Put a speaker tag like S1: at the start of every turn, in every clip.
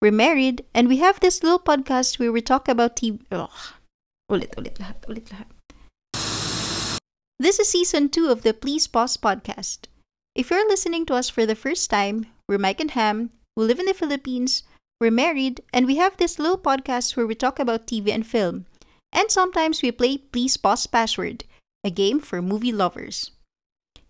S1: we're married, and we have this little podcast where we talk about TV. Ugh. Ulit, ulit lahat, ulit lahat. This is season two of the Please Pause podcast. If you're listening to us for the first time, we're Mike and Ham, we live in the Philippines, we're married, and we have this little podcast where we talk about TV and film. And sometimes we play Please Pause Password, a game for movie lovers.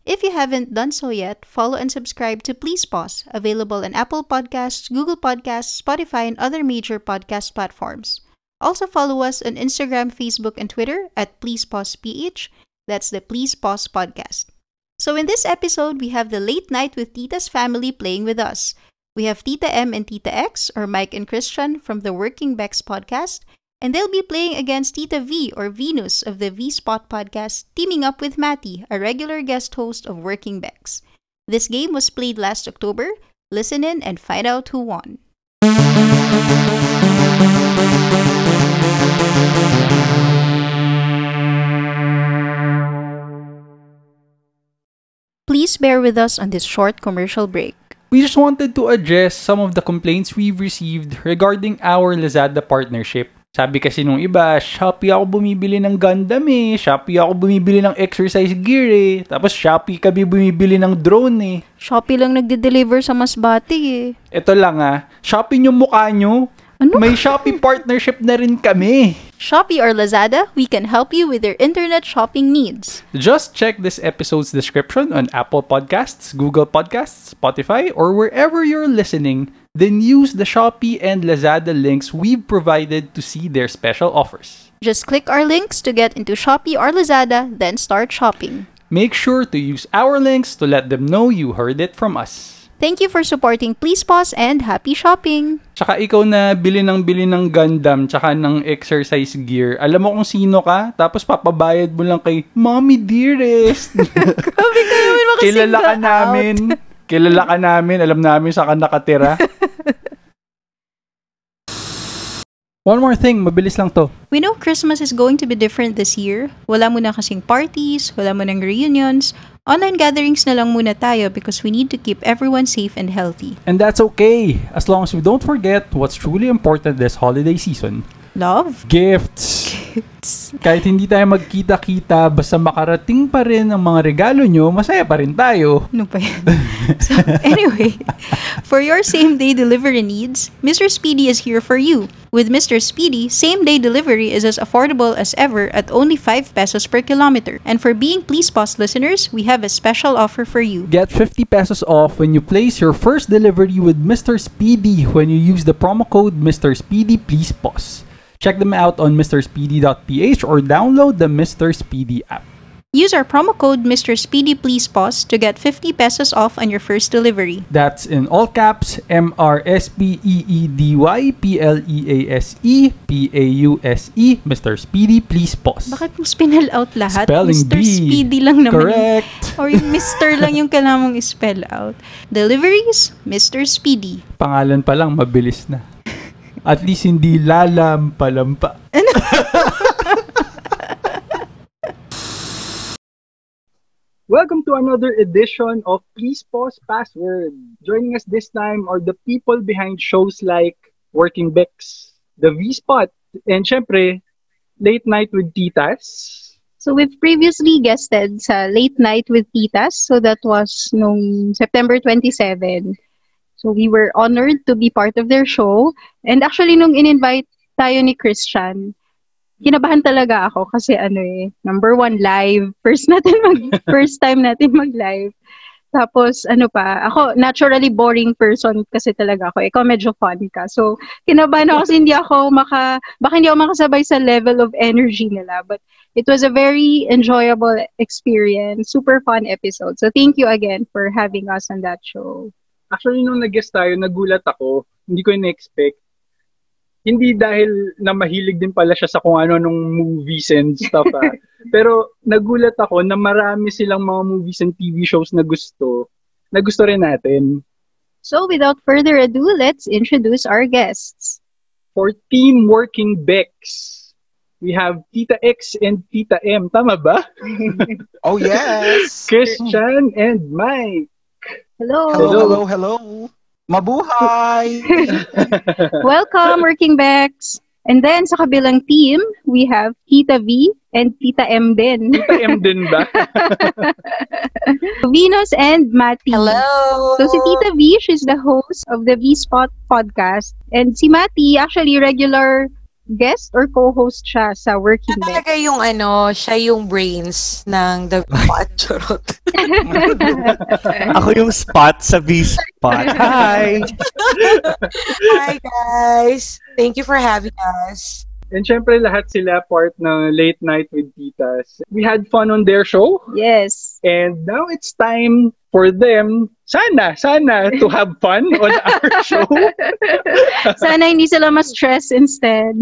S1: If you haven't done so yet, follow and subscribe to Please Pause, available on Apple Podcasts, Google Podcasts, Spotify, and other major podcast platforms. Also follow us on Instagram, Facebook, and Twitter at Please Pause PH. That's the Please Pause podcast. So in this episode, we have the late night with Tita's family playing with us. We have Tita M and Tita X, or Mike and Christian, from the Working Bex podcast, and they'll be playing against Tita V or Venus of the V Spot podcast, teaming up with Matty, a regular guest host of Working Backs. This game was played last October. Listen in and find out who won. Please bear with us on this short commercial break.
S2: We just wanted to address some of the complaints we've received regarding our Lazada partnership. Sabi kasi nung iba, Shopee ako bumibili ng Gundam eh, Shopee ako bumibili ng exercise gear eh, tapos Shopee kami bumibili ng drone eh.
S1: Shopee lang nagde-deliver sa Masbate eh.
S2: Ito lang ah, Shopee yung mukha nyo.
S1: Ano?
S2: May Shopee partnership na rin kami.
S1: Shopee or Lazada, we can help you with your internet shopping needs.
S2: Just check this episode's description on Apple Podcasts, Google Podcasts, Spotify, or wherever you're listening. Then use the Shopee and Lazada links we've provided to see their special offers.
S1: Just click our links to get into Shopee or Lazada, then start shopping.
S2: Make sure to use our links to let them know you heard it from us.
S1: Thank you for supporting Please Pause and happy shopping!
S2: Tsaka ikaw na bili ng bili ng Gundam tsaka ng exercise gear, alam mo kung sino ka, tapos papabayad mo lang kay Mommy Dearest.
S1: Sabi ko naman
S2: Kilala ka namin. Kilala ka namin. Alam namin saan ka nakatira. One more thing, mabilis lang to.
S1: We know Christmas is going to be different this year. Wala muna kasing parties, wala munang reunions. Online gatherings na lang muna tayo because we need to keep everyone safe and healthy.
S2: And that's okay, as long as we don't forget what's truly important this holiday season.
S1: Love?
S2: Gifts! Kahit hindi tayo magkita-kita, basta makarating pa rin ang mga regalo nyo, masaya pa rin tayo.
S1: Ano pa yan? so, anyway, for your same-day delivery needs, Mr. Speedy is here for you. With Mr. Speedy, same-day delivery is as affordable as ever at only 5 pesos per kilometer. And for being Please Pause listeners, we have a special offer for you.
S2: Get 50 pesos off when you place your first delivery with Mr. Speedy when you use the promo code Mr. Speedy Please Pause. Check them out on mrspeedy.ph or download the Mr. Speedy app.
S1: Use our promo code Mr. Speedy Please Pause to get 50 pesos off on your first delivery.
S2: That's in all caps M R S P E E D Y P L E A S E P A U S E Mr. Speedy Please Pause.
S1: Bakit mo spell out lahat?
S2: Spelling
S1: Mr.
S2: bee.
S1: Speedy lang naman. yun.
S2: Correct.
S1: Or yung Mr. lang yung kailangan mong spell out. Deliveries, Mr. Speedy.
S2: Pangalan pa lang mabilis na. At least hindi lalam palampa. Welcome to another edition of Please Pause Password. Joining us this time are the people behind shows like Working Bex, The V-Spot, and syempre, Late Night with Titas.
S3: So we've previously guested sa Late Night with Titas. So that was nung September 27. So we were honored to be part of their show. And actually, nung in-invite tayo ni Christian, kinabahan talaga ako kasi ano eh, number one, live. First natin mag, first time natin mag-live. Tapos, ano pa, ako, naturally boring person kasi talaga ako. Ikaw medyo fun ka. So, kinabahan ako kasi hindi ako maka, baka hindi ako makasabay sa level of energy nila. But it was a very enjoyable experience, super fun episode. So thank you again for having us on that show.
S4: actually nung nag-guest tayo, nagulat ako. Hindi ko in-expect. Hindi dahil na mahilig din pala siya sa kung ano nung movies and stuff ah. Pero nagulat ako na marami silang mga movies and TV shows na gusto. Na gusto rin natin.
S3: So without further ado, let's introduce our guests.
S4: For Team Working Bex, we have Tita X and Tita M. Tama ba?
S5: Oh yes.
S4: Christian and Mike.
S3: Hello.
S4: Hello.
S5: Hello, hello, hello. Mabuhay!
S1: Welcome, Working Backs! And then, sa kabilang team, we have Tita V and Tita M din.
S2: Tita M din ba?
S1: Venus and Mati.
S6: Hello!
S1: So si Tita V, she's the host of the V-Spot podcast. And si Mati, actually regular guest or co-host siya sa Working
S6: Siya
S1: Backs.
S6: talaga yung ano, siya yung brains ng The Patchorot.
S7: Ako yung spot sa V-spot. Hi!
S6: Hi guys! Thank you for having us.
S2: And syempre lahat sila part ng Late Night with Titas. We had fun on their show
S1: yes.
S2: and now it's time for them, sana, sana, to have fun on our show.
S1: Sana hindi sila ma-stress instead.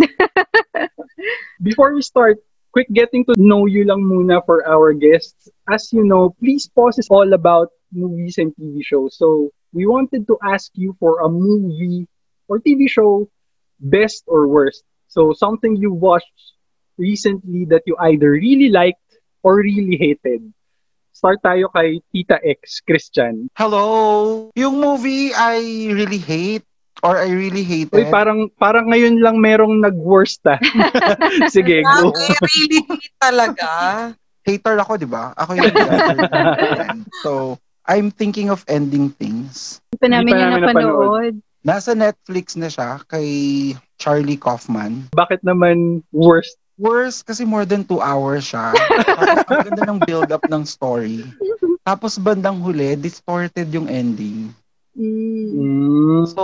S2: Before we start, quick getting to know you lang muna for our guests. As you know, Please Pause is all about movies and TV shows. So we wanted to ask you for a movie or TV show, best or worst. So something you watched recently that you either really liked or really hated. Start tayo kay Tita X, Christian.
S5: Hello! Yung movie I really hate or I really hated.
S2: Uy, parang, parang ngayon lang merong nag-worst ah. Sige, go.
S6: Grabe, Ah, really talaga.
S5: hater ako, di ba? Ako yung hater. so, I'm thinking of ending things.
S1: Hindi pa namin
S2: Hindi pa
S1: yun
S2: namin
S1: napanood.
S5: Nasa Netflix na siya kay Charlie Kaufman.
S2: Bakit naman worst?
S5: Worse kasi more than two hours siya. Tapos ang ganda ng build-up ng story. Tapos bandang huli, distorted yung ending.
S1: Mm.
S2: Mm.
S5: So,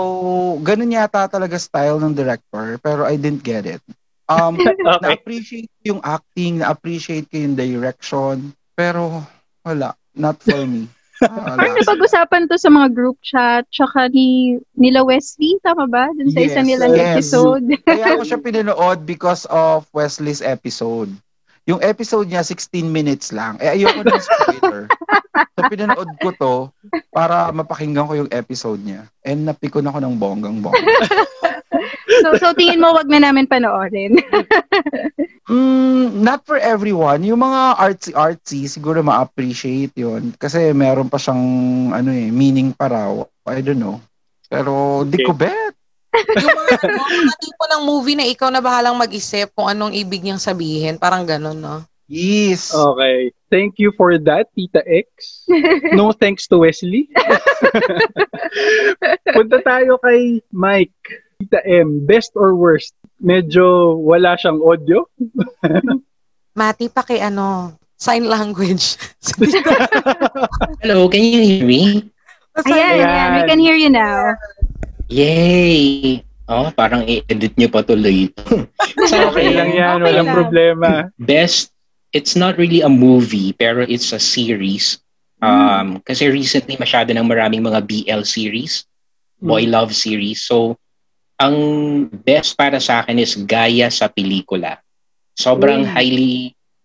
S5: ganun yata talaga style ng director, pero I didn't get it. Um,
S2: Okay.
S5: Na-appreciate ko yung acting, na-appreciate ko yung direction, pero wala, not for me. Ah,
S1: Parang
S5: Wala.
S1: napag-usapan to sa mga group chat, tsaka ni nila Wesley, tama ba? Dun sa isa
S5: Yes,
S1: nilang
S5: yes.
S1: episode.
S5: Kaya ako siya pinanood because of Wesley's episode. Yung episode niya, 16 minutes lang. Eh, ayoko ng spoiler. so, pinanood ko to para mapakinggan ko yung episode niya. And napikon ako ng bonggang bongga.
S1: so, so tingin mo wag na namin panoorin.
S5: Mm, not for everyone. Yung mga artsy-artsy, siguro ma-appreciate yon Kasi meron pa siyang, ano eh, meaning pa raw. I don't know. Pero, di ko bet.
S6: Yung mga, ano, mga tipo ng movie na ikaw na bahalang mag-isip kung anong ibig niyang sabihin. Parang ganun, no?
S5: Yes.
S2: Okay. Thank you for that, Tita X. No thanks to Wesley. Punta tayo kay Mike. Tita M, best or worst? Medyo wala siyang audio.
S6: Mati, paki ano, sign language.
S8: Hello, can you hear me?
S1: Ayan, ayan. We can hear you now.
S8: Yay! Oh, parang i-edit nyo pa to later. Sa
S2: Okay
S8: akin,
S2: lang yan,
S1: Okay
S2: walang
S1: lang.
S2: problema.
S8: best, it's not really a movie, pero it's a series. Um, Kasi recently masyado ng maraming mga BL series, boy love series. So, ang best para sa akin is Gaya sa Pelikula. Sobrang
S2: Mm.
S8: highly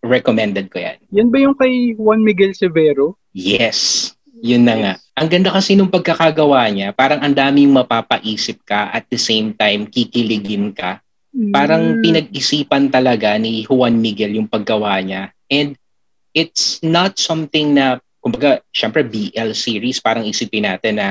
S8: recommended ko yan.
S2: Yan ba yung kay Juan Miguel Severo?
S8: Yes. Yun na nga. Ang ganda kasi nung pagkakagawa niya, parang ang daming mapapaisip ka at the same time kikiligin ka.
S1: Mm.
S5: Hmm.
S8: Parang pinag-isipan talaga ni Juan Miguel yung paggawa niya. And it's not something na, kumbaga, syempre BL series, parang isipin natin na,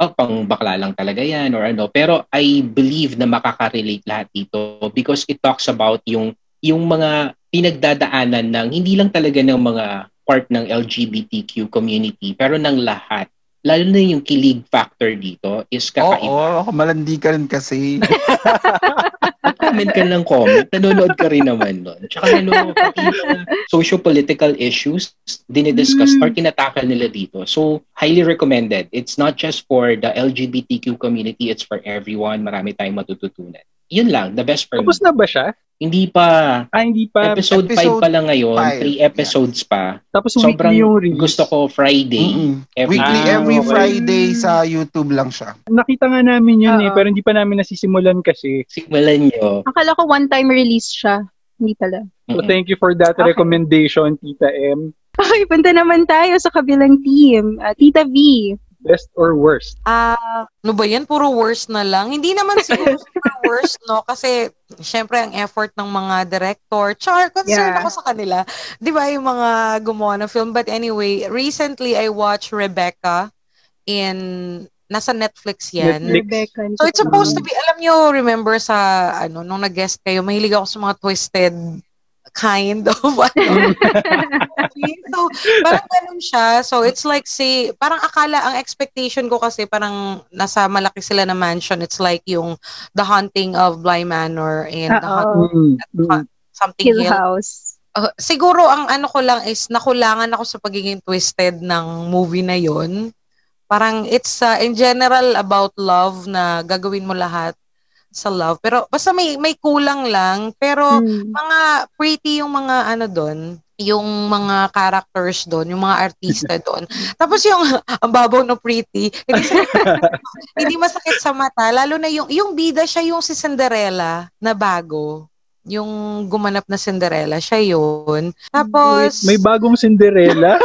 S8: oh, pang bakla lang talaga yan or ano. Pero I believe na makaka-relate lahat dito because it talks about yung, yung mga pinagdadaanan ng, hindi lang talaga ng mga part ng LGBTQ community, pero ng lahat. Lalo na yung kilig factor dito is kakaiba.
S5: Oo, ako malandi ka rin kasi.
S8: Comment ka ng comment, nanonood ka rin naman nun. Tsaka ano, pati yung socio-political issues,
S1: Mm.
S8: dinidiscuss
S5: Hmm.
S8: or tinatakal nila dito. So, highly recommended. It's not just for the LGBTQ community, it's for everyone. Marami tayong matututunan. Yun lang, the best for me.
S2: Tapos na ba siya?
S8: Hindi pa,
S2: Ah, hindi pa.
S8: episode 5
S5: episode
S8: pa lang ngayon,
S5: five,
S8: 3 episodes pa.
S2: Tapos
S8: Sobrang
S2: weekly yung release.
S8: gusto ko Friday.
S5: Mm-mm.
S8: every
S5: Weekly,
S2: Ah,
S5: every
S2: okay.
S5: Friday sa YouTube lang siya.
S2: Nakita nga namin yun eh,
S1: Oo.
S2: pero hindi pa namin nasisimulan kasi.
S8: Ah, Simulan nyo.
S1: Akala ko one-time release siya. Hindi pala.
S2: So
S8: Mm-mm.
S2: thank you for that
S1: Okay.
S2: recommendation, Tita M.
S1: Okay, punta naman tayo sa kabilang team. Ah, Tita V.
S2: Best or worst?
S6: Ah, ano ba yan? Puro worst na lang. Hindi naman siguro super worst, no? Kasi, syempre, ang effort ng mga director. Char,
S1: Yeah.
S6: concerned ako sa kanila. Di ba yung mga gumawa ng film? But anyway, recently I watched Rebecca in Nasa Netflix yan.
S2: Netflix.
S1: Rebecca. and
S6: So it's
S1: Japan.
S6: supposed to be, alam nyo, remember sa, ano, nung nag-guest kayo, mahilig ako sa mga twisted kind of, ano. so, parang ganun siya. So it's like, say, parang akala, ang expectation ko kasi, parang nasa malaki sila na mansion, it's like yung The Haunting of Bly Manor and The Haunting
S1: Oo.
S2: Mm.
S6: something
S1: Hill
S6: hill.
S1: House.
S6: Uh, siguro ang ano ko lang is nakulangan ako sa pagiging twisted ng movie na yon. Parang it's uh, in general about love na gagawin mo lahat sa love. Pero basta may may kulang lang pero
S1: Mm.
S6: mga pretty yung mga ano doon, yung mga characters doon, yung mga artista doon. Tapos yung ang babaw no pretty, hindi, sakit- hindi masakit sa mata lalo na yung yung bida siya yung si Cinderella na bago yung gumanap na Cinderella, siya yun. Tapos,
S2: May bagong Cinderella?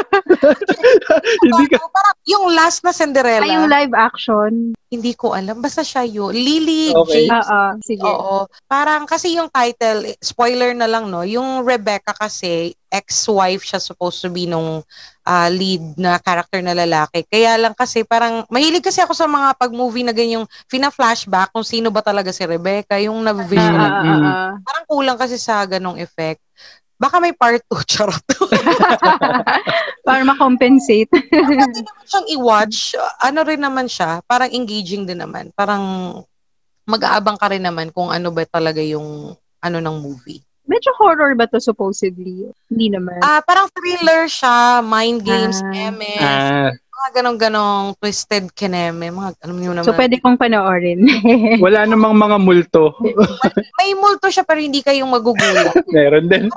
S2: Hindi ka...
S6: bago, parang yung last na Cinderella,
S1: Ay, yung live action.
S6: hindi ko alam. Basta siya yun. Lily
S2: Okay.
S6: James.
S1: Oo, ah, sige.
S6: Oo. Parang kasi yung title, eh, spoiler na lang, no? Yung Rebecca kasi, ex-wife siya supposed to be nung ah, lead na character na lalaki. Kaya lang kasi parang, mahilig kasi ako sa mga pag-movie na ganyang fina-flashback kung sino ba talaga si Rebecca, yung
S1: Ah,
S6: na-vision.
S1: ah, ah, ah.
S6: Parang kulang kasi sa ganong effect. Baka may part 2, charot.
S1: Para makompensate.
S6: Pwede naman siyang i-watch. Ano rin naman siya, parang engaging din naman. Parang mag-aabang ka rin naman kung ano ba talaga yung ano ng movie.
S1: Medyo horror ba to supposedly? Hindi naman.
S6: Ah, parang thriller siya, mind games,
S1: Ah.
S6: eme,
S2: Ah,
S6: mga ganong-ganong twisted kineme, mga alam niyo naman.
S1: so, pwede kong panoorin.
S2: wala namang mga multo.
S6: May multo siya pero hindi kayong magugulat.
S2: Meron din.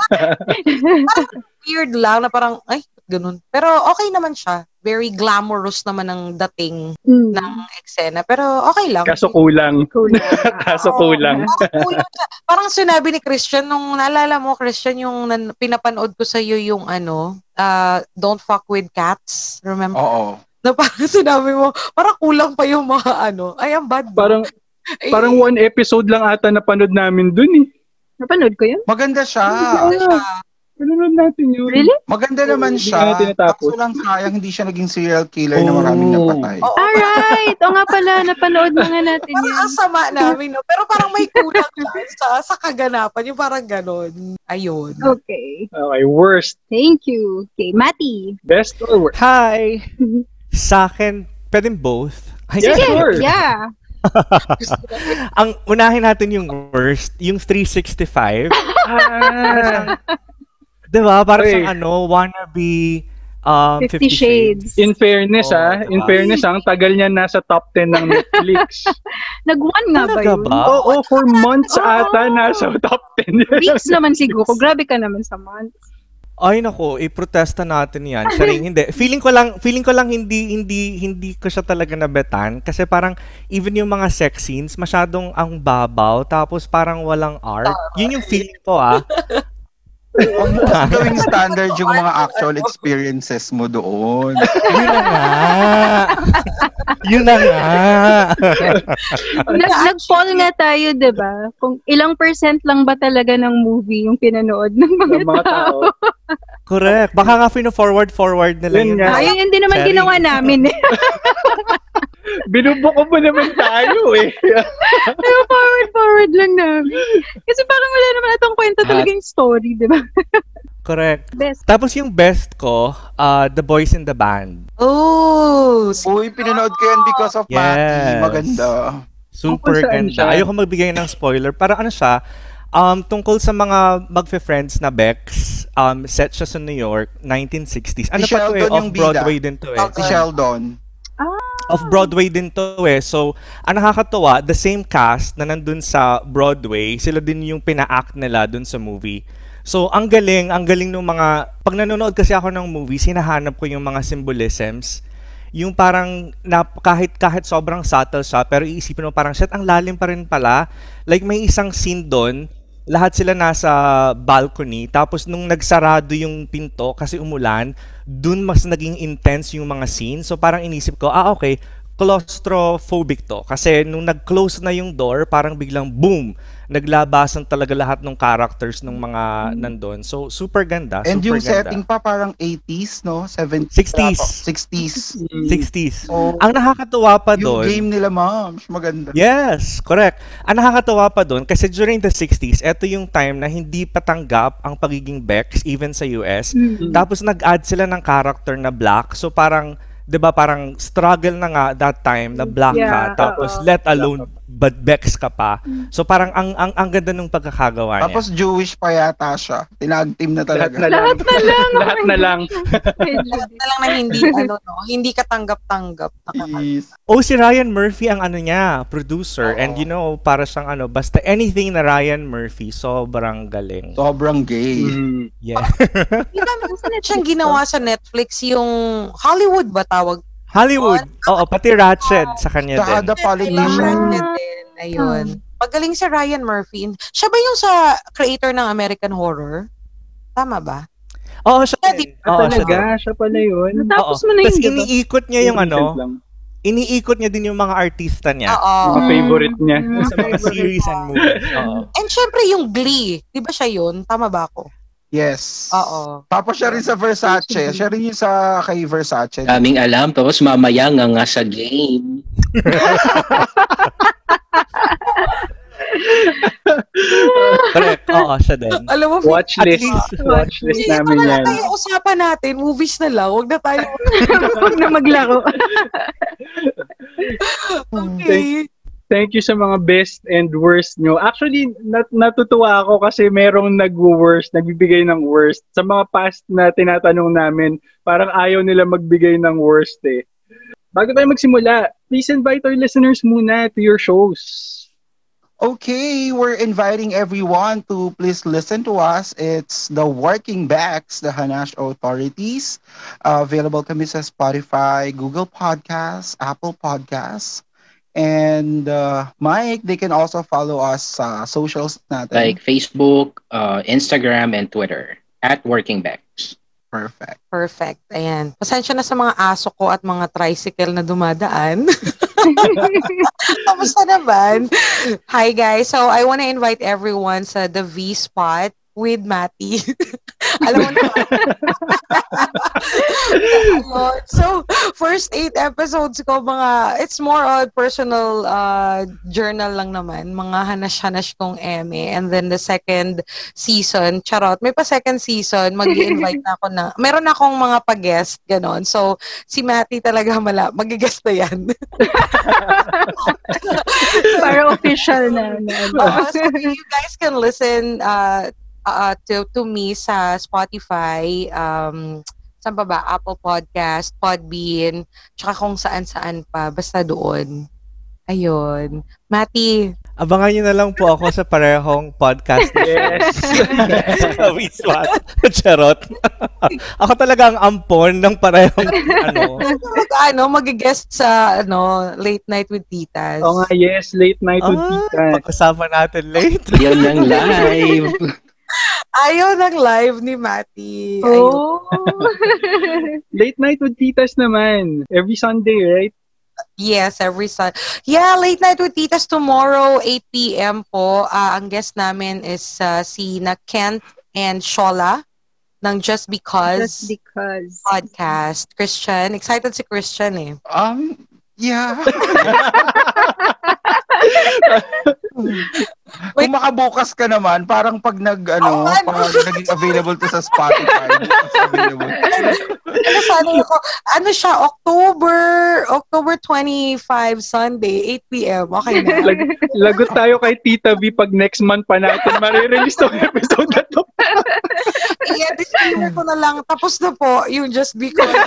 S6: Weird lang na parang, ay, ganun. Pero okay naman siya. Very glamorous naman ang dating
S1: Mm.
S6: ng eksena. Pero okay lang.
S2: Kaso kulang.
S1: Cool. Ah, Oh,
S2: Kaso kulang.
S6: Parang kulang siya. Parang sinabi ni Christian nung naalala mo Christian yung nan- pinapanood ko sa iyo yung ano, ah, Don't Fuck with Cats, remember?
S5: Oo.
S6: Na parang sinabi mo, parang kulang pa yung mga ano. Ay, ang bad.
S2: Parang
S1: Eh.
S6: Ay,
S2: parang one episode lang ata napanood namin dun eh.
S1: Napanood ko yun?
S5: Maganda siya.
S6: ano siya.
S2: Pinanood natin yun.
S1: Really?
S5: Maganda naman
S2: Hindi
S5: siya.
S2: ka natin natapos.
S5: Kaso lang sayang hindi siya naging serial killer na
S9: Oh.
S5: maraming napatay.
S6: Oo,
S1: Alright! O nga pala, napanood na nga natin
S6: parang
S1: yun.
S6: ang sama namin, no? Pero parang may kulang lang sa, sa kaganapan. Yung parang ganon. Ayun.
S1: Okay.
S2: Okay, worst.
S1: Thank you. Okay, Mati.
S2: Best or worst?
S7: Hi! Sa akin, pwedeng both. Ay,
S2: Yeah,
S1: Sige,
S2: sure.
S1: yeah.
S7: Ang unahin natin yung worst, yung 365.
S2: Ah,
S7: Diba? Parang
S2: Okay.
S7: siyang ano, wannabe um,
S1: 50 Shades.
S2: in fairness
S7: Oh,
S2: ah, in
S7: diba?
S2: fairness ah, ang tagal niya nasa top 10 ng Netflix.
S1: Nag-one nga ba
S7: Talaga
S1: yun?
S7: ba?
S2: Oo, oh, for months
S1: Oo.
S2: ata nasa top 10.
S1: Weeks naman siguro. Grabe ka naman sa month.
S7: Ay nako, iprotesta natin 'yan. Saring hindi. Feeling ko lang, feeling ko lang hindi hindi hindi ko siya talaga nabetan kasi parang even yung mga sex scenes masyadong ang babaw tapos parang walang art. Yun yung feeling ko ah.
S5: Huwag mo kasi gawing standard yung mga actual experiences mo doon.
S7: Yun na nga. Yun na nga.
S1: Nag- Nag-fall nga tayo, di ba? Kung ilang percent lang ba talaga ng movie yung pinanood ng mga,
S2: Ng mga
S1: tao.
S2: tao.
S7: Correct. Baka nga forward forward nila
S2: Yun
S7: yun.
S2: nga.
S1: Ayun, yun din naman
S7: Sorry.
S1: ginawa namin. eh.
S2: Binubuko mo naman tayo eh.
S1: Ayun, forward, forward lang namin. Kasi parang wala naman atong kwento talagang story, di ba?
S7: Correct.
S1: Best.
S7: Tapos yung best ko, uh, The Boys in the Band.
S6: Oh,
S5: Uy, pinanood ko yan because of Mati.
S7: Yes.
S5: Maganda.
S7: Super
S2: Tungkol saan
S7: ganda.
S2: siya?
S7: Ayoko magbigay ng spoiler. Para ano siya, um, tungkol sa mga magfe-friends na Bex, um, set siya sa New York, 1960s. Ano
S5: Si
S7: pa to eh?
S5: Sheldon yung
S7: Off-Broadway din to eh.
S5: Si Sheldon.
S7: Off-Broadway din to eh. So, ang nakakatawa, the same cast na nandun sa Broadway, sila din yung pina-act nila dun sa movie. So, ang galing, ang galing ng mga... Pag nanonood kasi ako ng movie, sinahanap ko yung mga symbolisms. Yung parang na, kahit, kahit sobrang subtle siya, pero iisipin mo parang, shit, ang lalim pa rin pala. Like, may isang scene doon, lahat sila nasa balcony, tapos nung nagsarado yung pinto kasi umulan, dun mas naging intense yung mga scene. So, parang inisip ko, ah, okay, claustrophobic to. Kasi nung nag-close na yung door, parang biglang boom, naglabasan talaga lahat ng characters ng mga nandun. So, super ganda.
S5: Hmm. And
S7: super
S5: yung
S7: ganda.
S5: setting pa parang 80s, no? 70s.
S7: 60s.
S5: 60s.
S2: Mm.
S7: 60s.
S5: So,
S7: Ang nakakatuwa pa
S5: yung
S7: doon,
S5: game nila, ma'am, maganda.
S7: Yes, correct. Ang nakakatawa pa doon, kasi during the 60s, ito yung time na hindi patanggap ang pagiging Bex, even sa US.
S2: Hmm.
S7: Tapos nag-add sila ng character na black. So parang, di ba, parang struggle na nga that time na black
S1: Yeah,
S7: ka. Tapos
S1: oo.
S7: let alone, but Bex ka pa. So parang ang, ang, ang ganda nung pagkakagawa niya.
S5: Tapos Jewish pa yata siya. Tinag team na
S2: Lahat na lang.
S5: talaga.
S1: Lahat na lang. oh
S2: Lahat na lang.
S1: Medyo.
S6: Na lang na hindi, ano, no, hindi katanggap-tanggap. Nakaka-
S5: Yes.
S7: Oh, si Ryan Murphy ang ano niya, producer. And you know, para siyang ano, basta anything na Ryan Murphy, sobrang galing.
S5: Sobrang gay.
S2: Mm.
S7: Yeah.
S6: Yung dami ko na Ano siyang ginawa sa Netflix, yung Hollywood ba tawag?
S7: Hollywood. Oo, pati Ratchet sa kanya
S5: Tsaka
S7: din.
S5: the politician.
S6: Ratchet din. Ayun. Pagaling si Ryan Murphy. Siya ba yung sa creator ng American Horror? Tama ba?
S7: Oo, siya
S6: Siya
S7: din.
S6: din.
S7: Oo, siya
S2: Talaga,
S7: din.
S2: siya pala yun.
S1: Natapos
S7: Oo.
S1: mo na yun, di
S7: Tas
S1: ba?
S7: iniikot niya yung ano,
S2: Recent lang.
S7: iniikot niya din yung mga artista niya
S6: Oo.
S1: Hmm.
S2: Sa favorite niya.
S1: Mm.
S7: sa mga series and movies. Oo.
S6: And syempre yung Glee. Di ba siya yun? Tama ba ako?
S5: Yes.
S6: Oo.
S5: Tapos siya rin sa Versace. Siya rin yung sa kay Versace.
S8: Daming alam, tapos mamaya nga nga sa game.
S7: Correct. Oo, siya din.
S6: Alam mo,
S2: Watch
S7: At
S2: list.
S7: least-
S2: Watch list
S6: Hindi,
S2: namin
S6: ito na
S2: yan.
S6: lang tayo usapan natin. Movies na lang. Huwag na tayo.
S1: Huwag na maglaro.
S6: Okay.
S2: Thank you sa mga best and worst nyo. Actually, nat- natutuwa ako kasi merong nag-worst, nagbibigay ng worst. Sa mga past na tinatanong namin, parang ayaw nila magbigay ng worst eh. Bago tayo magsimula, please invite our listeners muna to your shows.
S5: Okay, we're inviting everyone to please listen to us. It's the Working Backs, the Hanash Authorities. Uh, available kami sa Spotify, Google Podcasts, Apple Podcasts. And uh, Mike, they can also follow us sa socials natin.
S8: Like Facebook, uh, Instagram, and Twitter. At Working Backs.
S5: Perfect.
S6: Perfect. Ayan. Pasensya na sa mga aso ko at mga tricycle na dumadaan. Kamusta naman? Hi guys. So I want to invite everyone sa The V Spot with Matty. Alam mo naman. Ayun. so, first eight episodes ko, mga, it's more on personal uh, journal lang naman. Mga hanash-hanash kong eme. And then the second season, charot, may pa second season, mag invite na ako na. Meron akong mga pa-guest, ganon. So, si Matty talaga mala, mag-guest na yan.
S1: Para official na. na ano.
S6: Oo, Oh, so you guys can listen uh, uh, to to me sa Spotify, um, saan pa ba? Apple Podcast, Podbean, tsaka kung saan-saan pa. Basta doon. Ayun. Mati,
S7: Abangan niyo na lang po ako sa parehong podcast
S2: Yes.
S7: sa Wiswat. Charot. ako talaga ang ampon ng parehong ano.
S6: mag, ano, mag-guest sa ano, Late Night with Titas.
S2: Oo nga, yes. Late night with
S7: Ah,
S2: Tita.
S7: pag-usapan natin later.
S8: Yun ang live.
S6: Ayaw ng live ni Mati. Ayun.
S1: Oh.
S2: Late night with Titas naman. Every Sunday, right?
S6: Yes, every Sunday. Yeah, Late Night with Titas tomorrow, 8 p.m. po. Ah, ang guest namin is ah, si na Kent and Shola ng Just Because
S1: Just because.
S6: podcast. Christian, excited si Christian eh.
S5: Um, yeah. Kung makabukas ka naman, parang pag nag, ano,
S6: Oo, ano?
S5: pag naging available to sa Spotify, bukas available.
S6: Ano, sana ako, ano siya, October, October 25, Sunday, 8 p.m. Okay na.
S2: Lag- lagot tayo kay Tita V pag next month pa natin marirelease tong episode na to.
S6: Yeah, disclaimer ko na lang. Tapos na po yung just because.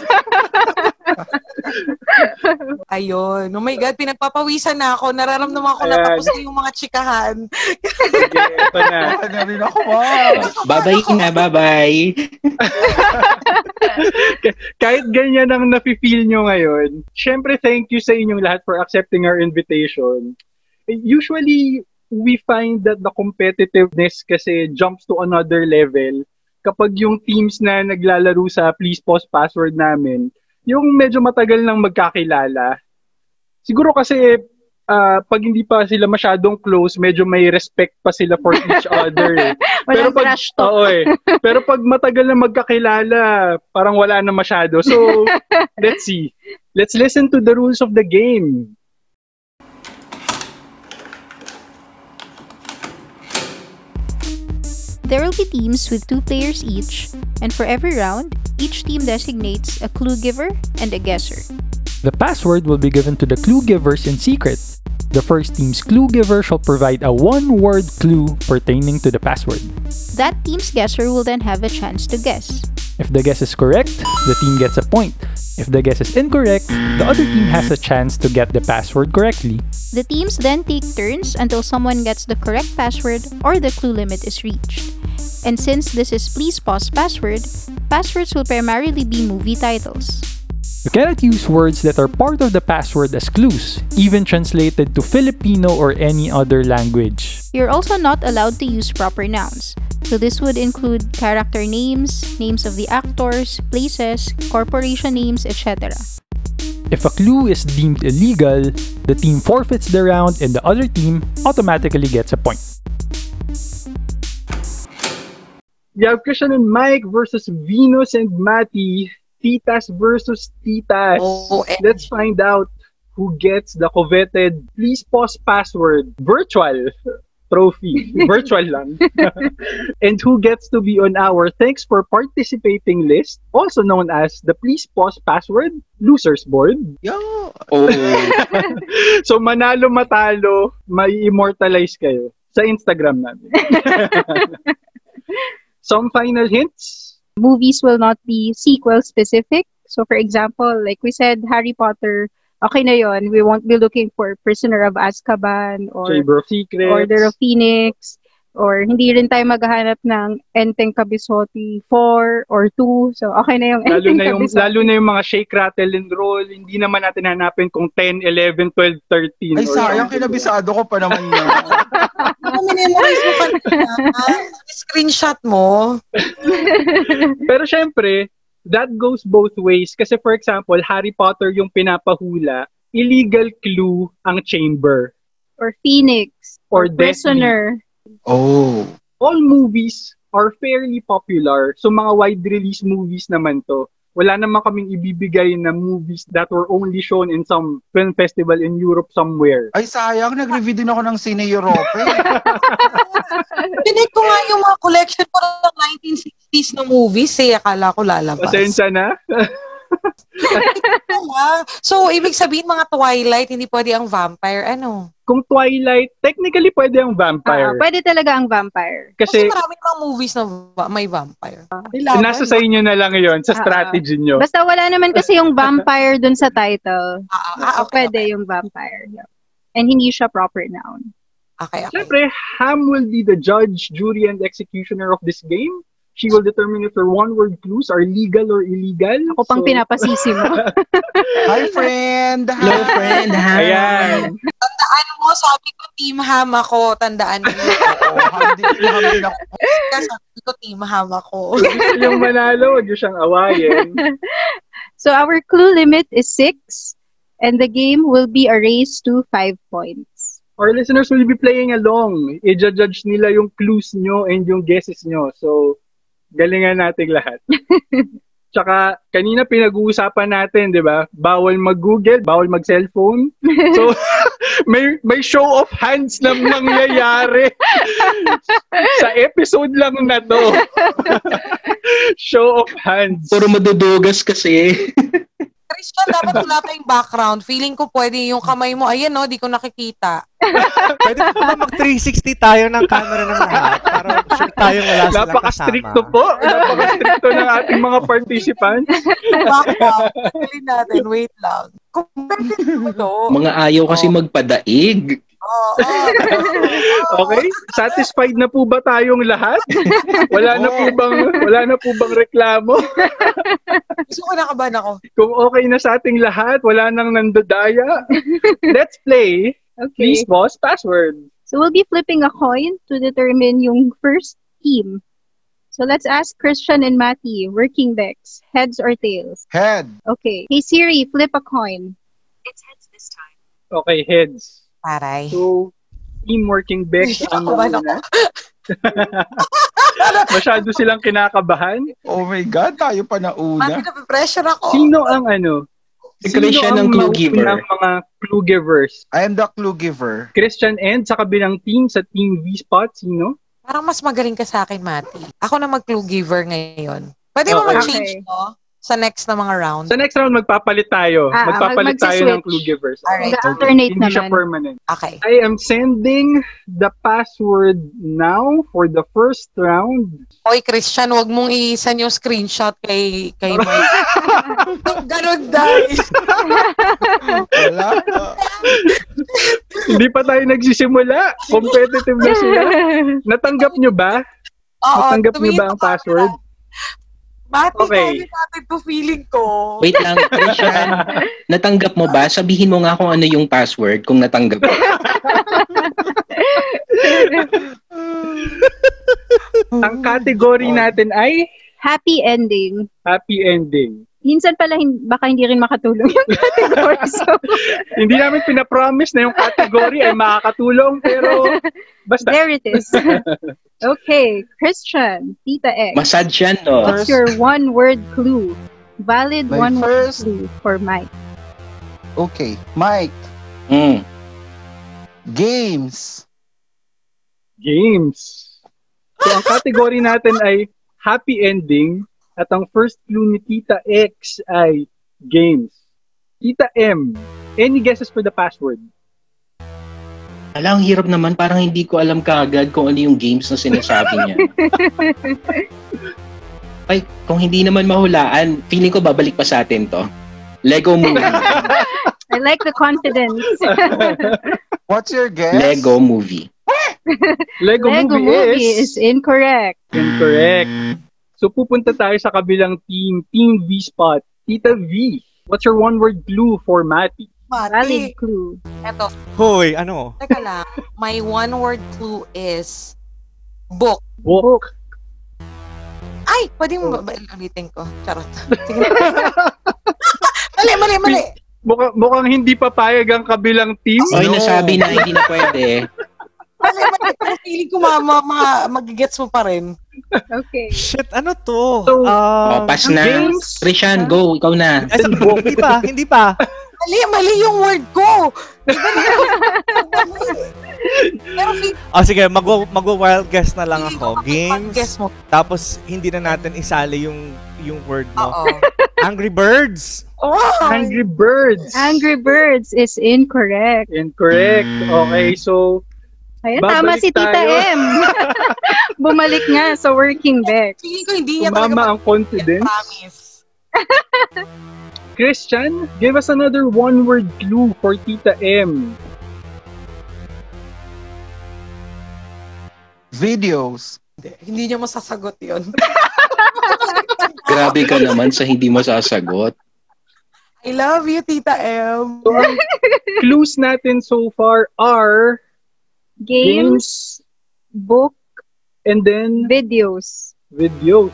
S6: Ayun. Oh my God, pinagpapawisan na ako. Nararamdaman ko na
S2: Ayan.
S6: tapos na yung mga chikahan.
S2: Sige, ito na.
S5: Ano na rin ako, ma'am.
S8: Babay na, babay.
S2: kahit ganyan ang nafe-feel nyo ngayon, syempre thank you sa inyong lahat for accepting our invitation. Usually, we find that the competitiveness kasi jumps to another level kapag yung teams na naglalaro sa Please Pause Password namin, yung medyo matagal nang magkakilala. Siguro kasi ah, pag hindi pa sila masyadong close, medyo may respect pa sila for each other. eh.
S1: Walang
S2: pag,
S1: trash talk.
S2: oo eh. Pero pag matagal na magkakilala, parang wala na masyado. So, let's see. Let's listen to the rules of the game.
S10: There will be teams with two players each, and for every round, each team designates a clue giver and a guesser.
S9: The password will be given to the clue givers in secret. The first team's clue giver shall provide a one word clue pertaining to the password.
S10: That team's guesser will then have a chance to guess.
S9: If the guess is correct, the team gets a point. If the guess is incorrect, the other team has a chance to get the password correctly.
S10: The teams then take turns until someone gets the correct password or the clue limit is reached. And since this is Please Pause Password, passwords will primarily be movie titles.
S9: You cannot use words that are part of the password as clues, even translated to Filipino or any other language.
S10: You're also not allowed to use proper nouns. So this would include character names, names of the actors, places, corporation names, etc.
S9: If a clue is deemed illegal, the team forfeits the round and the other team automatically gets a point.
S2: You have Christian and Mike versus Venus and Matty. Titas versus Titas.
S6: OMG.
S2: Let's find out who gets the coveted please pause password virtual trophy. virtual lang. and who gets to be on our thanks for participating list, also known as the please pause password losers board.
S5: Yo!
S8: Oh,
S2: so manalo matalo, may immortalize kayo sa Instagram namin. Some final hints.
S1: movies will not be sequel specific. So for example, like we said, Harry Potter, okay na yon. We won't be looking for Prisoner of Azkaban or
S2: Chamber of Secrets.
S1: Order of Phoenix or hindi rin tayo maghahanap ng Enteng Kabisote 4 or 2. So okay na yung
S2: lalo
S1: Enteng
S2: na yung
S1: Kabisote.
S2: lalo na yung mga shake rattle and roll hindi naman natin hanapin kung 10 11 12 13
S5: Ay,
S2: or
S5: sayang,
S2: something.
S5: kinabisado ko pa naman yun.
S6: Ano minimorize mo kanina? Ah, Screenshot mo.
S2: pero syempre that goes both ways kasi for example Harry Potter yung pinapahula illegal clue ang chamber
S1: or Phoenix
S2: or Death Loop.
S1: Prisoner.
S5: oh.
S2: all movies are fairly popular so mga wide release movies naman to wala naman kaming ibibigay na movies that were only shown in some film festival in Europe somewhere
S5: Ay, sayang, nag-review din ako ng Cine Europe. eh.
S6: Pinig ko nga yung mga collection ko ng 1960s na movies eh. Akala ko lalabas.
S2: pasensya na
S6: Wala. So, ibig sabihin mga Twilight, hindi pwede ang vampire. Ano?
S2: kung Twilight, technically pwede ang
S1: Ah,
S2: vampire.
S1: pwede talaga ang vampire.
S2: kasi
S6: Kasi, maraming mga movies na va- may vampire. Ah,
S2: nasa sa inyo na lang yon sa
S1: Ah,
S2: strategy nyo.
S1: Basta wala naman kasi yung vampire dun sa title.
S6: Ah, ah, ah,
S1: So,
S6: okay,
S1: pwede yung vampire. Yeah. And hindi siya proper noun.
S6: Okay, okay.
S2: Siyempre, Ham will be the judge, jury, and executioner of this game. She will determine if her one-word clues are legal or illegal.
S1: Ako pang
S2: So,
S1: pinapasisi mo.
S5: Hi, friend! Hi.
S8: hello friend, ha?
S2: Ayan.
S6: Tandaan Ano mo, sabi ko team ham ako. Tandaan mo.
S5: Oo, hindi ko lang Oh, din ako.
S6: Kasi sabi ko team ham ako.
S2: Gusto niyong manalo, huwag niyo siyang awayin.
S1: So our clue limit is six, and the game will be a race to five points.
S2: Our listeners will be playing along. I-judge nila yung clues nyo and yung guesses nyo. So, galingan natin lahat. Tsaka, kanina pinag-uusapan natin, di ba? Bawal mag-Google, bawal mag-cellphone. So, may, may show of hands na mangyayari sa episode lang na to. show of hands.
S8: Puro madudugas kasi.
S6: Christian, dapat wala tayong background. Feeling ko pwede yung kamay mo. Ayan, no, di ko nakikita.
S7: Pwede po ba mag-360 tayo ng camera ng lahat para sure tayo wala silang kasama.
S2: Napaka-stricto po. Napaka-stricto ng ating mga participants.
S6: Background. Tagalin natin. Wait lang. Competitive mo to.
S8: Mga ayaw kasi magpadaig.
S6: Oo, oo.
S2: Okay? Satisfied na po ba tayong lahat? Wala na po bang wala na po bang reklamo?
S6: Gusto ko nakabahan ako.
S2: Kung okay na sa ating lahat, wala nang nandadaya. Let's play.
S1: Okay.
S2: Please boss password.
S1: So we'll be flipping a coin to determine yung first team. So let's ask Christian and Matty, working decks, heads or tails.
S5: Head.
S1: Okay. Hey Siri, flip a coin. It's heads this time.
S2: Okay, heads.
S6: Taray.
S2: So, team working Bex ang
S6: Ako ba na-
S2: una. Masyado silang kinakabahan.
S5: Oh my God, tayo pa
S6: Mami,
S5: nauna.
S6: napipressure ako.
S2: Sino ang ano?
S8: Si Christian ang clue giver.
S2: Ng mga clue givers.
S5: I am the clue giver.
S2: Christian and sa kabilang team sa team V-Spot, sino?
S6: Parang mas magaling ka sa akin, Mati. Ako na mag-clue giver ngayon. Pwede
S2: Okay.
S6: mo
S1: Okay.
S6: mag-change to sa next na mga round.
S2: Sa next round, magpapalit tayo.
S1: Ah,
S2: magpapalit
S1: mag-
S2: tayo
S1: magsiswitch.
S2: ng clue givers.
S6: Alright.
S1: Alternate
S2: Hindi siya
S1: naman.
S2: permanent.
S6: Okay.
S2: I am sending the password now for the first round.
S6: Oy, Christian, wag mong i-send yung screenshot kay kay Mike. Ganon dahil.
S5: Wala.
S2: Hindi pa tayo nagsisimula. Competitive na sila. Natanggap nyo ba?
S6: Oo,
S2: Natanggap niyo
S6: tumingin
S2: ba ang
S6: ka
S2: password?
S6: na. Mati,
S2: Okay.
S6: okay. natin to feeling ko.
S8: Wait lang, Christian. natanggap mo ba? Sabihin mo nga kung ano yung password kung natanggap mo.
S2: Ang category natin ay
S1: Happy ending.
S2: happy ending.
S1: Minsan pala, hin- baka hindi rin makatulong yung category. So,
S2: Hindi namin pinapromise na yung category ay makakatulong pero basta
S1: there it is. okay, Christian, Tita X.
S8: Masad yan, no?
S1: What's your one-word clue? Valid
S5: My
S1: one-word
S5: first-
S1: clue for Mike.
S5: Okay. Mike,
S8: Mm.
S5: games.
S2: games. So ang category natin ay happy ending at ang first clue ni Tita X ay games. Tita M, any guesses for the password?
S8: Ala, ang hirap naman. Parang hindi ko alam kaagad kung ano yung games na sinasabi niya. Ay, kung hindi naman mahulaan, feeling ko babalik pa sa atin to. Lego movie.
S1: I like the confidence.
S5: What's your guess?
S8: Lego movie.
S2: Lego,
S1: Lego
S2: movie,
S1: movie is
S2: is
S1: incorrect.
S2: incorrect. So pupunta tayo sa kabilang team, Team V Spot. Tita V, what's your one word clue for Mati?
S6: Mati,
S1: Valid clue.
S6: eto,
S7: Hoy, ano?
S6: teka lang. My one word clue is book.
S2: Book.
S6: Ay, pwede mo ba, ba ulitin ko? Charot. Sige. mali, mali, mali.
S2: Mukha, mukhang hindi papayag ang kabilang team.
S8: Oy,
S5: No.
S8: nasabi na hindi na pwede.
S6: Mali, mali. Pero feeling ko ma, ma, ma, magigets mo pa rin.
S1: Okay.
S7: Shit, ano to?
S2: So,
S8: O,
S7: Um,
S8: pass na.
S2: Games?
S8: Christian, go. Ikaw na.
S7: ay, sa- hindi pa, hindi pa.
S6: Mali, mali yung word ko. Iba na Pero feeling
S7: O Ah, sige, magwa magwa wild guess na lang
S6: feeling ko
S7: ako. Games.
S6: guess mo.
S7: Tapos hindi na natin isali yung yung word mo.
S6: Oo.
S7: Angry Birds.
S6: Oh.
S2: Angry Birds.
S1: Angry Birds is incorrect.
S2: Incorrect. Okay, so
S1: Ayan,
S2: Babalik
S1: tama si Tita
S2: tayo.
S1: M. Bumalik nga sa working back.
S6: Feeling ko hindi niya
S2: tumama ang confidence.
S6: promise.
S2: Christian, give us another one-word clue for Tita M.
S5: Videos.
S6: Hindi niya masasagot yun.
S8: Grabe ka naman sa hindi mo sasagot.
S6: I love you, Tita M.
S2: So, ang clues natin so far are
S1: Games, book,
S2: and then
S1: videos.
S2: videos.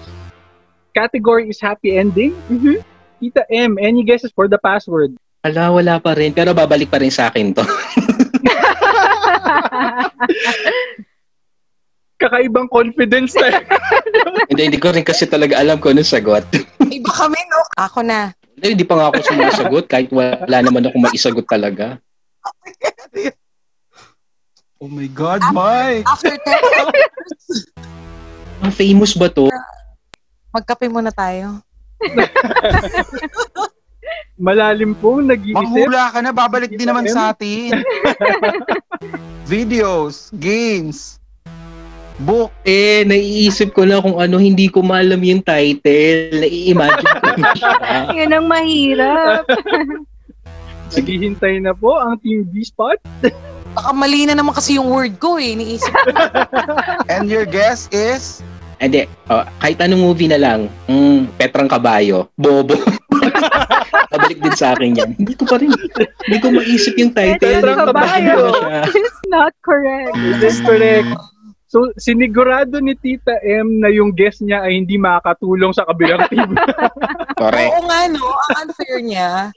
S2: Category is happy ending.
S1: Mhm.
S2: Tita M, any guesses for the password?
S8: Ala, wala pa rin. Pero babalik pa rin sa akin to.
S2: Kakaibang confidence tayo.
S8: hindi, hindi ko rin kasi talaga alam kung ano sagot.
S6: Iba kami, no? Ako na.
S8: Hindi, hindi pa nga ako sumasagot kahit wala naman ako maisagot talaga.
S5: Oh my God, Mike.
S6: After 10,
S8: Ang famous ba to?
S6: magkape muna tayo.
S2: Malalim po, nag-iisip.
S5: Manghula ka na, babalik din naman sa atin. Videos, games, book.
S8: Eh, naiisip ko na kung ano, hindi ko maalam yung title. Nai-imagine ko na siya.
S1: Yun ang mahirap.
S2: Naghihintay na po ang Team B-Spot.
S6: Baka mali na naman kasi yung word ko eh. Iniisip ko.
S5: And your guess is?
S8: Hindi, oh, kahit anong movie na lang, mm, Petrang Kabayo, Bobo. Pabalik din sa akin yan. Hindi ko pa rin, hindi ko maisip yung title.
S2: Petrang
S8: Imagine ko na
S2: Kabayo.
S8: siya.
S1: It's not correct.
S2: That's correct. So, sinigurado ni Tita M na yung guess niya ay hindi makakatulong sa kabilang team.
S8: Correct.
S6: Oo nga, no? Ang unfair niya.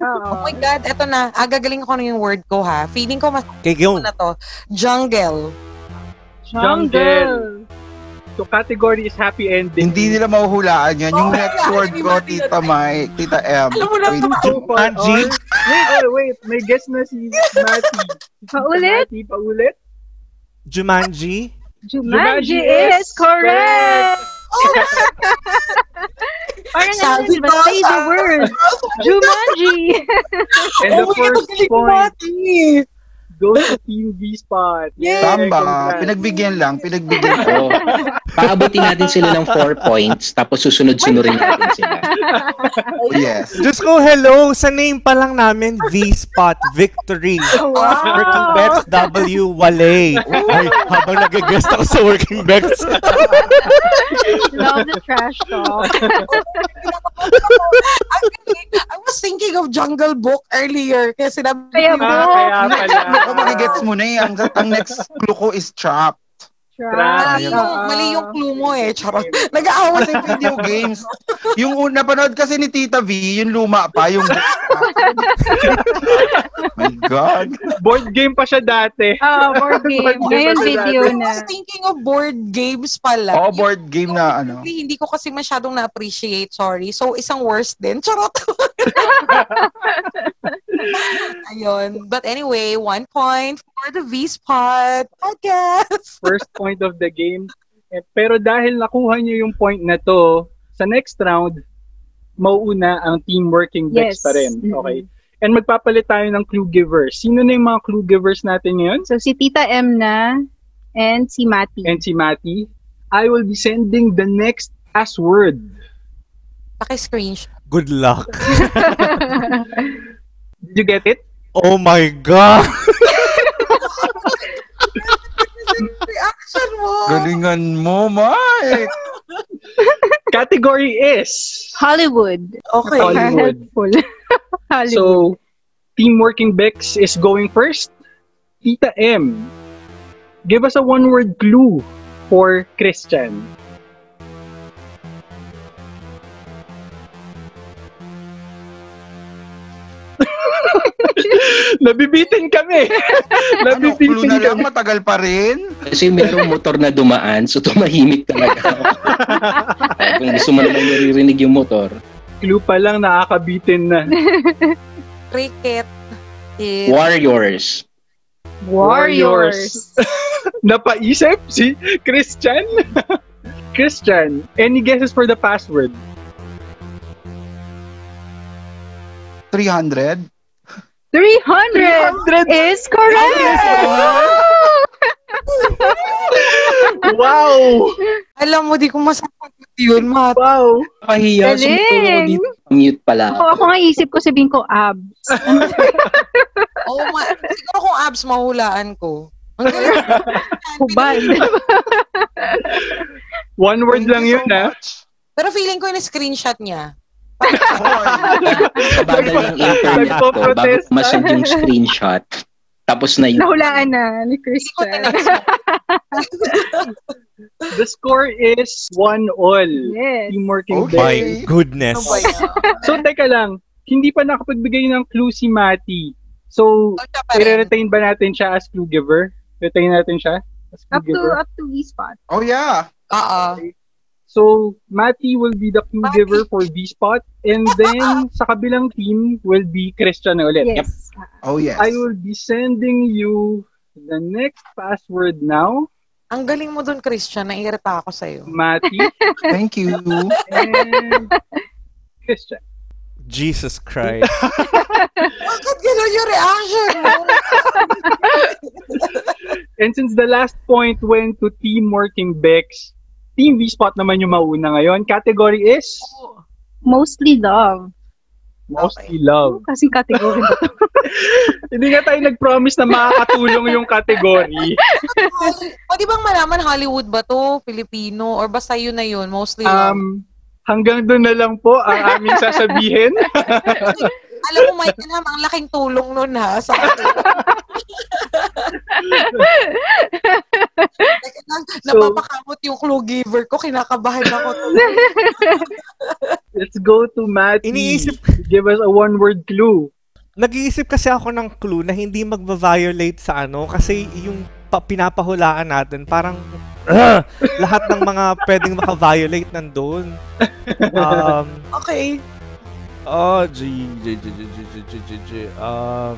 S6: Oh my God, eto na. Ah, Agagaling ko na yung word ko ha. Feeling ko mas ano
S7: Kay Gil.
S6: na to. Jungle.
S2: Jungle. So category is happy ending.
S5: Hindi nila mahuhulaan yan. Yung
S6: Oh,
S5: next
S6: yeah,
S5: word
S6: hindi
S5: ko,
S6: mo
S5: Tita Mai, Tita M.
S6: Alam mo na
S5: Wait,
S6: to.
S2: So far,
S7: Angie?
S2: all- Wait, oh, wait. May guess na si Mati.
S1: Paulit?
S2: Mati, paulit?
S7: Jumanji.
S1: Jumanji is correct! Parang ano
S6: Sabi
S1: yun, diba?
S6: ko, "Ah,
S1: Say the
S6: sabi-
S1: word. Jumanji!
S2: And the
S6: Oh my God,
S2: first
S6: galing ko,
S2: point
S6: Mati.
S2: goes to Team V-Spot.
S6: Yay!
S5: Tamba.
S2: congrats. Ah,
S5: Pinagbigyan lang. Pinagbigyan ko.
S8: Oo. Paabutin natin sila ng 4 points, tapos susunod-sunurin natin sila.
S5: Yes.
S7: Diyos ko, hello! Sa name pa lang namin, V-Spot Victory. Working Bets W. Wale. Ay, habang nag-guest ako sa Working Bets.
S1: Love the trash talk.
S6: Ang galing. I was thinking of Jungle Book earlier. Kaya sinabi
S1: Kaya
S6: ko,
S2: Ah,
S1: Book.
S2: kaya pala.
S5: Ako magigets mo na eh. Ang, ang next clue ko is trap.
S6: Mali
S2: Trash.
S1: Trash.
S6: yung, mali yung clue mo eh. Charot. Nag-aawa
S5: Kasi video games. Yung una, napanood kasi ni Tita V, yung luma pa, yung... My God.
S2: Board game pa siya dati.
S1: Ah, board game. Ngayon video
S6: I
S1: na.
S6: was thinking of board games pala.
S5: Oh, board game na ano.
S6: Actually, hindi ko kasi masyadong na-appreciate, sorry. So, isang worse din. Charot! Ayun. But anyway, one point for the V-Spot podcast.
S2: First point of the game. Eh, Pero dahil nakuha niyo yung point na to, sa next round, mauuna ang team working
S1: Yes. Mm-hmm.
S2: bets pa rin. Okay? And magpapalit tayo ng clue givers. Sino na yung mga clue givers natin ngayon?
S1: So, si Tita M na and si Mati.
S2: And si Mati, I will be sending the next password.
S6: Paki-screenshot.
S7: Good luck.
S2: Did you get it?
S7: Oh my God!
S6: Reaction mo!
S5: Galingan mo, Mike.
S2: Category is
S1: Hollywood.
S6: Okay.
S2: Hollywood.
S1: Helpful. Hollywood.
S2: So, Team Working Bex is going first. Tita M, give us a one-word clue for Christian. Nabibitin kami.
S5: Ano, clue
S2: Nabibitin
S5: na lang,
S2: kami.
S5: matagal pa rin.
S8: Kasi merong motor na dumaan, so tumahimik talaga ako. Kung gusto mo naman naririnig yung motor.
S2: Clue pa lang nakakabitin na.
S6: Cricket. is-
S8: Warriors.
S1: Warriors.
S2: Napaisip si Christian. Christian, any guesses for the password?
S5: 300.
S1: 300 is correct!
S2: Wow!
S6: Alam mo, di ko masasagot yun, Mat.
S2: Wow!
S8: Pahiya,
S1: Galing!
S8: sumutulong ako dito. Mute pala.
S1: Ako,
S2: Oh.
S1: ako nga isip ko, sabihin ko, abs.
S6: Oh, ma- siguro kung abs, mahulaan ko. Ang galing.
S1: Hubad.
S2: One word lang yun, ah. ha?
S6: Pero feeling ko yung screenshot niya.
S2: ah.
S8: Kabagal ng internet ko bago
S2: Nagpo-protest.
S8: masend yung screenshot. Tapos na yun.
S1: Nahulaan na ni
S6: Hindi ko
S1: Christian.
S6: tinanong.
S2: The score is one all.
S1: Yes.
S2: Team working
S5: Okay.
S2: best.
S7: My goodness.
S6: Ano ba yan?
S2: So, teka lang. Hindi pa nakapagbigay ng clue si Mati. So,
S6: Ano siya pa rin?
S2: i-retain ba natin siya as clue giver? Retain natin siya as clue
S1: Up to,
S2: giver?
S1: up to V-spot.
S5: Oh, yeah.
S6: Oo.
S2: So, Mati will be the clue
S6: Mati.
S2: giver for V-Spot. And then, sa kabilang team will be Christian na ulit.
S1: Yes.
S5: Oh, yes.
S2: I will be sending you the next password now,
S6: Ang galing mo dun, Christian. Naiirita ako sa'yo.
S2: Mati
S5: Thank you.
S2: and Christian.
S7: Jesus Christ.
S6: Bakit gano'n yung reaction mo?
S2: And since the last point went to Team Working Bex, Team V-Spot naman yung mauna ngayon. Category is
S1: Mostly love.
S2: Mostly Love.
S1: Kasing category na to.
S2: Hindi nga tayo nag-promise na makakatulong yung category.
S6: Pwede bang malaman Hollywood ba to? Filipino? Or basta yun na yun? Mostly um,
S2: Um, hanggang doon na lang po ang aming sasabihin.
S6: Alam mo, Michael, ha, ang laking tulong nun ha. Sa akin. Teka lang,
S2: So-
S6: napapakamot yung clue giver ko. Kinakabahan ako.
S2: Let's go to Matty.
S7: Iniisip-
S2: Give us a one-word clue.
S7: Nag-iisip kasi ako ng clue na hindi magva-violate sa ano kasi yung pa- pinapahulaan natin parang ah, lahat ng mga pwedeng maka-violate nandun. Um,
S6: Okay.
S7: oh, G, G, G, G, G, G, G, G, G, um,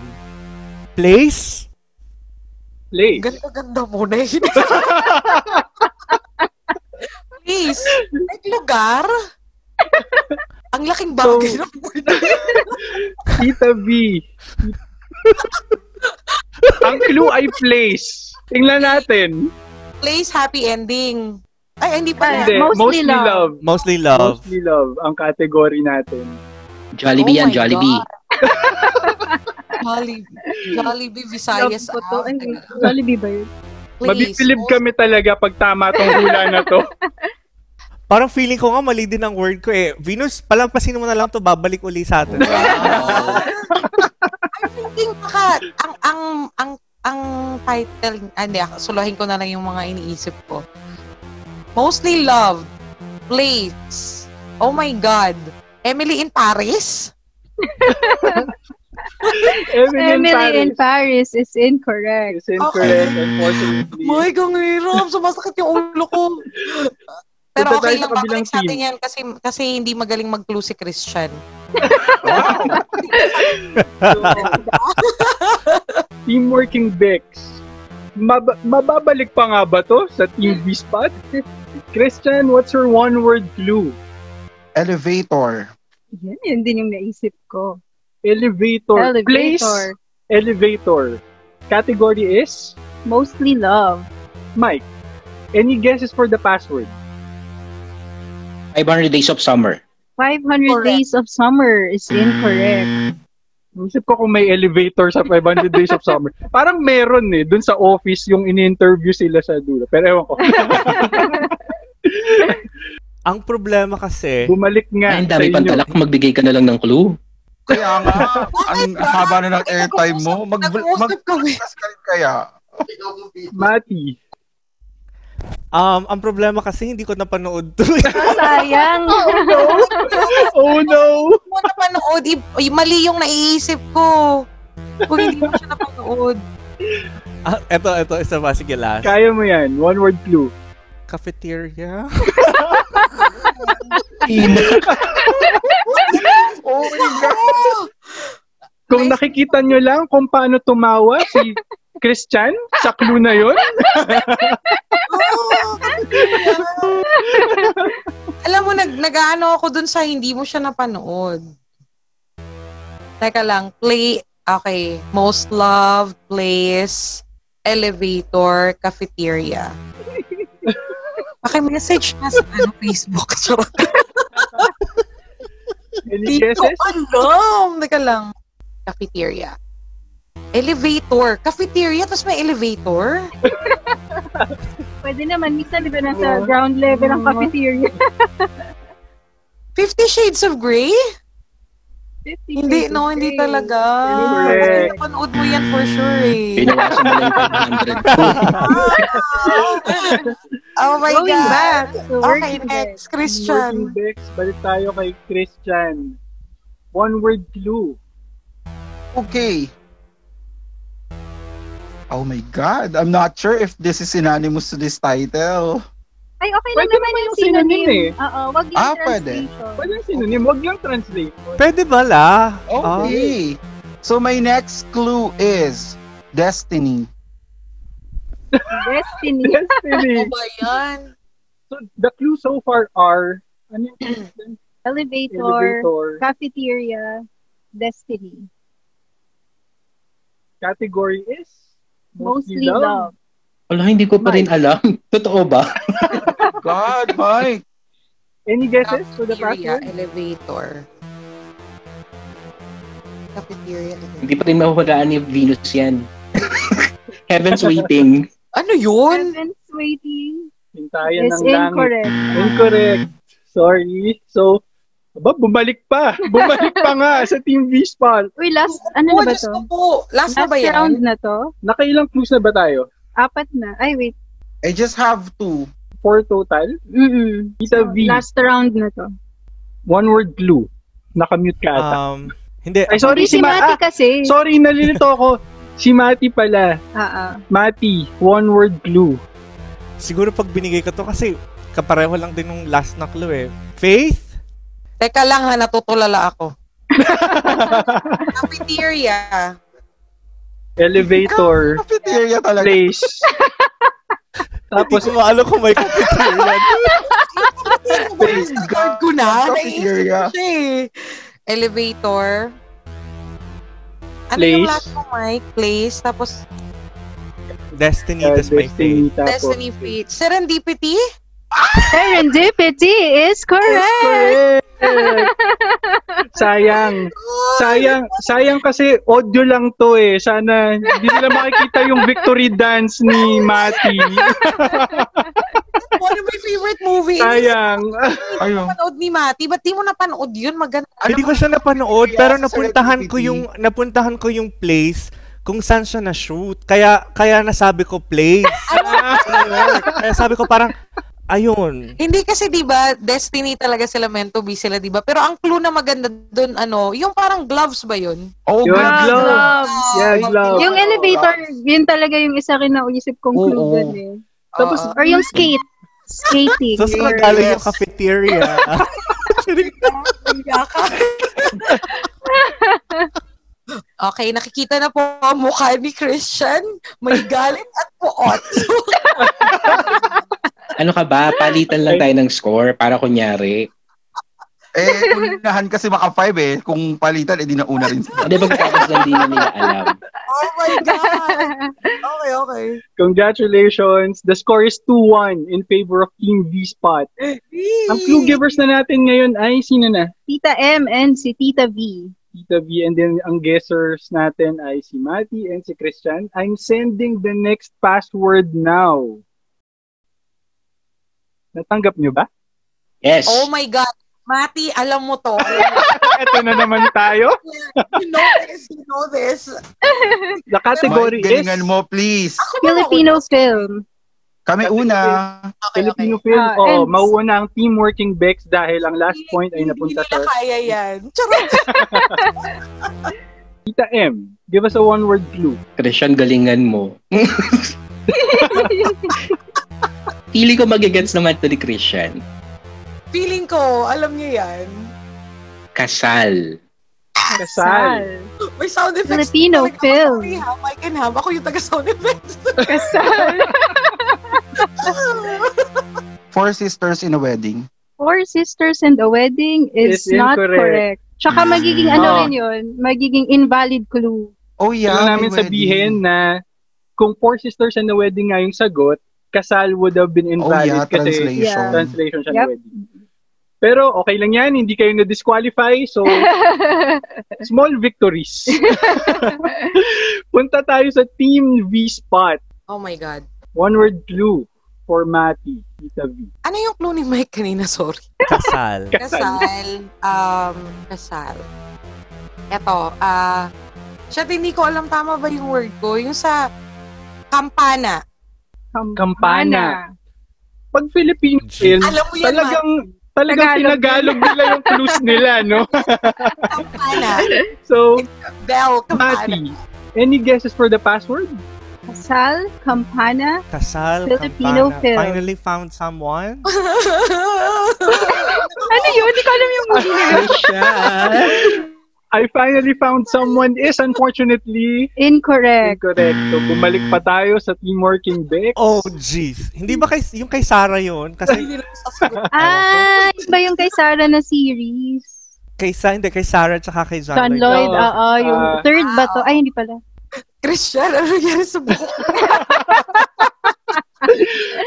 S7: place?
S2: Play.
S6: Ganda-ganda mo na yun. Please. Like lugar? Ang laking bagay
S2: So-
S6: ng word na yun.
S2: Tita B. Ang clue ay place. Tingnan natin.
S6: Place happy ending. Ay, hindi pala.
S2: Hindi, mostly,
S1: Mostly love.
S2: love.
S7: Mostly love.
S2: Mostly love ang category natin.
S8: Jollibee
S6: Oh
S8: yan,
S6: my
S8: Jollibee.
S6: Jolly, Jollibee Visayas.
S1: Love po to. Ay,
S6: Ave.
S1: Jollibee ba yun?
S6: Please.
S2: Mabibilib kami talaga pag tama tong hula na to.
S7: Parang feeling ko nga mali din ang word ko eh. Venus, palampasin mo na lang to babalik uli sa atin.
S6: I'm thinking baka ang ang ang ang title ah, hindi ah, suluhin ko na lang yung mga iniisip ko. Mostly love, plates. Oh my god. Emily in Paris?
S2: Emily,
S1: Emily in
S2: in Paris.
S1: Paris is incorrect.
S2: Is incorrect, unfortunately.
S6: My gang hirap, sumasakit yung ulo ko. Pero
S2: Punta
S6: okay
S2: tayo sa
S6: lang, babalik
S2: kabilang
S6: sa
S2: team.
S6: atin yan kasi, kasi hindi magaling mag-clue si Christian.
S2: Team Working Bex. Mab- mababalik pa nga ba to sa Team V-Spot? Christian, what's your one-word clue?
S5: Elevator.
S1: Yan, yun din yung naisip ko.
S2: Elevator. Place?
S1: Elevator.
S2: Elevator. Category is?
S1: Mostly love.
S2: Mike. Any guesses for the password?
S8: 500 Days of Summer.
S1: 500
S6: Correct. Mm.
S1: Days of Summer is incorrect.
S2: Isip ko kung may elevator sa 500 Days of Summer. Parang meron eh, dun sa office yung in-interview sila sa dulo. Pero ewan ko,
S7: ang problema kasi,
S2: bumalik nga
S8: Ay, ang
S2: sa
S8: dami pang
S2: inyo.
S8: talak. Magbigay ka na lang ng clue.
S5: Kaya nga, ang haba na ng airtime mo. Mag, mag,
S6: Nag-uusap kami.
S5: kaya.
S2: Mati.
S7: um, ang problema kasi hindi ko napanood to.
S1: Sayang.
S2: Oh no!
S6: mo napanood, i- ay, mali yung naiisip ko. Kung hindi mo siya napanood.
S7: ah, eto, eto, isa pa, sige last.
S2: Kaya mo yan. One word clue.
S7: Cafeteria?
S5: Oh my God.
S2: Kung nakikita nyo lang kung paano tumawa si Christian sa clue na yun,
S6: Alam mo, nag nag-ano ako dun sa hindi mo siya napanood. Teka lang, play, okay, most loved place, elevator, cafeteria. Paki-message na sa ano, Facebook. Charot.
S2: any
S6: Hindi ko
S2: guesses?
S6: alam. Teka lang. Cafeteria. Elevator. Cafeteria, tapos may elevator?
S1: Pwede naman. Minsan, di ba, nasa ground level
S6: Mm.
S1: ang cafeteria.
S6: Fifty Shades of Grey? Hindi, no, hindi talaga. Kasi
S2: Correct.
S6: napanood mo yan for sure eh.
S8: Pinawasan mo lang yung 500 ko.
S6: oh my
S1: Going
S6: God.
S1: back to
S6: Okay,
S1: working
S6: next,
S2: Working
S6: Christian.
S2: Bex, balik tayo kay Christian. One word clue.
S5: Okay. Oh my God. I'm not sure if this is synonymous to this title.
S1: Ay, okay lang
S2: Pwede
S1: naman
S2: naman
S1: yung
S2: yung synonym
S1: synonym.
S2: eh.
S1: Oo, wag yung
S5: Ah, pwede.
S1: translation.
S2: Pwede yung synonym. Huwag lang translate.
S7: Pwede bala.
S5: Okay. So my next clue is destiny.
S1: Destiny.
S6: Ano
S2: Destiny.
S6: ba yan?
S2: So, the clue so far are, ano yung
S1: Elevator.
S2: elevator?
S1: Cafeteria. Destiny.
S2: Category is?
S1: Mostly love.
S8: Wala, hindi ko pa rin alam. Totoo ba?
S5: God, Mike.
S2: Any guesses for the
S6: Cafeteria,
S2: password?
S6: elevator. Cafeteria, elevator.
S8: Hindi pa rin mahuhulaan ni Venus yan. Heaven's Waiting.
S6: Ano yun?
S1: Heaven's waiting
S2: Hintayan
S1: is
S2: ng langit.
S1: incorrect.
S2: Incorrect. Sorry. So, aba, bumalik pa. Bumalik pa nga sa Team V-Spot.
S1: Uy, last, ano na
S6: Oh,
S1: ba
S6: Diyos
S1: to?
S6: ko po. Last, na
S1: Last
S6: ba yan?
S1: round na to?
S2: Nakailang clues na ba tayo?
S1: Apat na. Ay, wait.
S5: I just have two.
S2: Four total?
S1: Mm-mm.
S2: Tita V,
S1: Last round na to.
S2: One word clue. Nakamute ka ata.
S7: Um, hindi.
S2: Ay,
S1: Ah. Sorry,
S2: sorry, ah,
S1: si Mati
S6: Ah.
S1: kasi.
S2: Sorry, nalilito ako. Si Mati pala.
S1: Ah, ah.
S2: Mati, one word clue.
S7: Siguro pag binigay ko to kasi kapareho lang din nung last na clue eh. Faith?
S6: Teka lang ha, natutulala ako. Cafeteria.
S2: Elevator.
S5: Cafeteria talaga.
S2: place. Tapos,
S7: Tapos ko maalo kung may cafeteria.
S5: Praise
S6: Card ko na. Naiisip
S5: Cafeteria.
S6: ko siya eh. Elevator. Ano yung
S2: Place.
S6: last mo, Mike? Place. Tapos,
S7: Destiny,
S2: uh,
S7: that's my faith.
S2: Destiny, tapos-
S6: Destiny Fate. Serendipity?
S1: Serendipity is correct.
S2: Correct! sayang. Sayang. Sayang kasi audio lang to eh. Sana hindi nila makikita yung victory dance ni Mati.
S6: One of my ano favorite movies.
S2: Sayang.
S5: Ayun.
S6: Panood ni Mati. Ba't di mo napanood yun? Maganda.
S2: Ano
S7: Hindi ko siya napanood
S5: Kaya
S7: pero
S5: sa
S7: napuntahan ko
S5: celebrity.
S7: yung napuntahan ko yung place kung saan siya na-shoot. Kaya kaya nasabi ko place.
S1: Ano?
S7: kaya sabi ko parang ayun.
S6: Hindi kasi 'di ba, destiny talaga sila meant to be sila 'di ba? Pero ang clue na maganda doon ano, yung parang gloves ba 'yun?
S5: Oh,
S2: Yun,
S5: God,
S6: Ah,
S2: love.
S5: love.
S2: Yeah, love.
S1: Yung
S6: Oh,
S1: elevator, yun talaga yung isa rin na uisip kong
S5: Oo.
S1: clue dun eh.
S6: Tapos
S1: Or yung skate. Skating.
S7: So saan
S1: or-
S7: galing yung cafeteria?
S6: Okay, nakikita na po ang mukha ni Christian. May galit at puot.
S8: Ano ka ba? Palitan lang tayo ng score para kunyari.
S5: Eh, unahan kasi maka 5 eh. Kung palitan, eh, di na una rin sila.
S8: Hindi, pagkatapos lang din na nila alam.
S6: oh my God! Okay, okay.
S2: Congratulations. The score is 2-1 in favor of Team V-Spot. Ang clue givers na natin ngayon ay sino na?
S1: Tita M and si Tita V.
S6: Ano
S2: Tita V. And then ang guessers natin ay si Mati and si Christian. I'm sending the next password now. Natanggap nyo ba?
S8: Yes.
S6: Oh my God. Mati, alam mo to. Alam mo.
S2: Ito na naman tayo.
S6: You know this, you know this.
S2: The category
S5: Mike,
S2: is
S5: galingan mo, please.
S1: Filipino film.
S5: Kami una.
S6: Okay, okay.
S2: Filipino film.
S1: Ah, and-
S2: Oo, mauuna ang team working Bex dahil ang last point ay napunta
S6: Hindi
S2: sa
S6: nila kaya yan. Charot.
S2: Tita M. Give us a one-word clue.
S8: Christian, galingan mo. Pili ko magigets naman ito ni Christian.
S6: Feeling ko, alam niya yan.
S8: Kasal.
S2: Kasal.
S6: May sound effects.
S1: Filipino
S6: Talaga,
S1: film.
S6: sorry ha, Mike and Ham. Ako yung taga-sound effects.
S1: Kasal.
S5: Four sisters in a wedding.
S1: Four Sisters and a Wedding is
S2: Is
S1: not
S2: incorrect.
S1: correct. Tsaka magiging ano
S2: Ah.
S1: rin yun, magiging invalid clue.
S5: Oh, yeah.
S2: Kailangan
S5: may
S2: namin
S5: wedding.
S2: sabihin na kung Four Sisters and the Wedding nga yung sagot, kasal would have been
S5: Oh,
S2: invalid
S5: yeah.
S2: kasi
S5: Translation.
S1: Yeah.
S2: translation siya ng
S1: Yep.
S2: wedding. Pero okay lang yan, hindi kayo na-disqualify. So, small victories. Punta tayo sa Team V-Spot.
S6: Oh my God.
S2: One word clue for Mati, Tita V.
S6: Ano yung clue ni Mike kanina? Sorry.
S7: Kasal.
S6: Kasal. Um, kasal. Eto, ah, siya hindi ko alam tama ba yung word ko. Yung sa kampana.
S2: Kampana. Pag Filipino film,
S6: Alam mo yan,
S2: talagang talagang
S1: Tagalog.
S2: tinagalog nila yung clues nila, no?
S6: Kampana.
S2: So,
S6: Bell, kampana.
S2: Mati, any guesses for the password?
S1: Kasal, Kampana.
S7: Kasal.
S1: Filipino
S7: kampana.
S1: film.
S7: Finally found someone.
S1: Ano yun? Hindi ko alam yung movie nila.
S2: I finally found someone is unfortunately
S1: Incorrect.
S2: incorrect. So, bumalik pa tayo sa teamwork in Beck.
S7: Oh, jeez. Hindi ba kay, yung kay Sarah yun? Kasi
S1: Ah, yun ba yung kay Sarah na series?
S7: kay, Sa- hindi, kay Sarah tsaka kay John,
S1: John
S7: Lloyd.
S1: Lloyd,
S2: Oo.
S1: oo. Yung
S2: Ah.
S1: third ba to? Ay, hindi pala.
S6: Christian, ano nangyari sa buhok?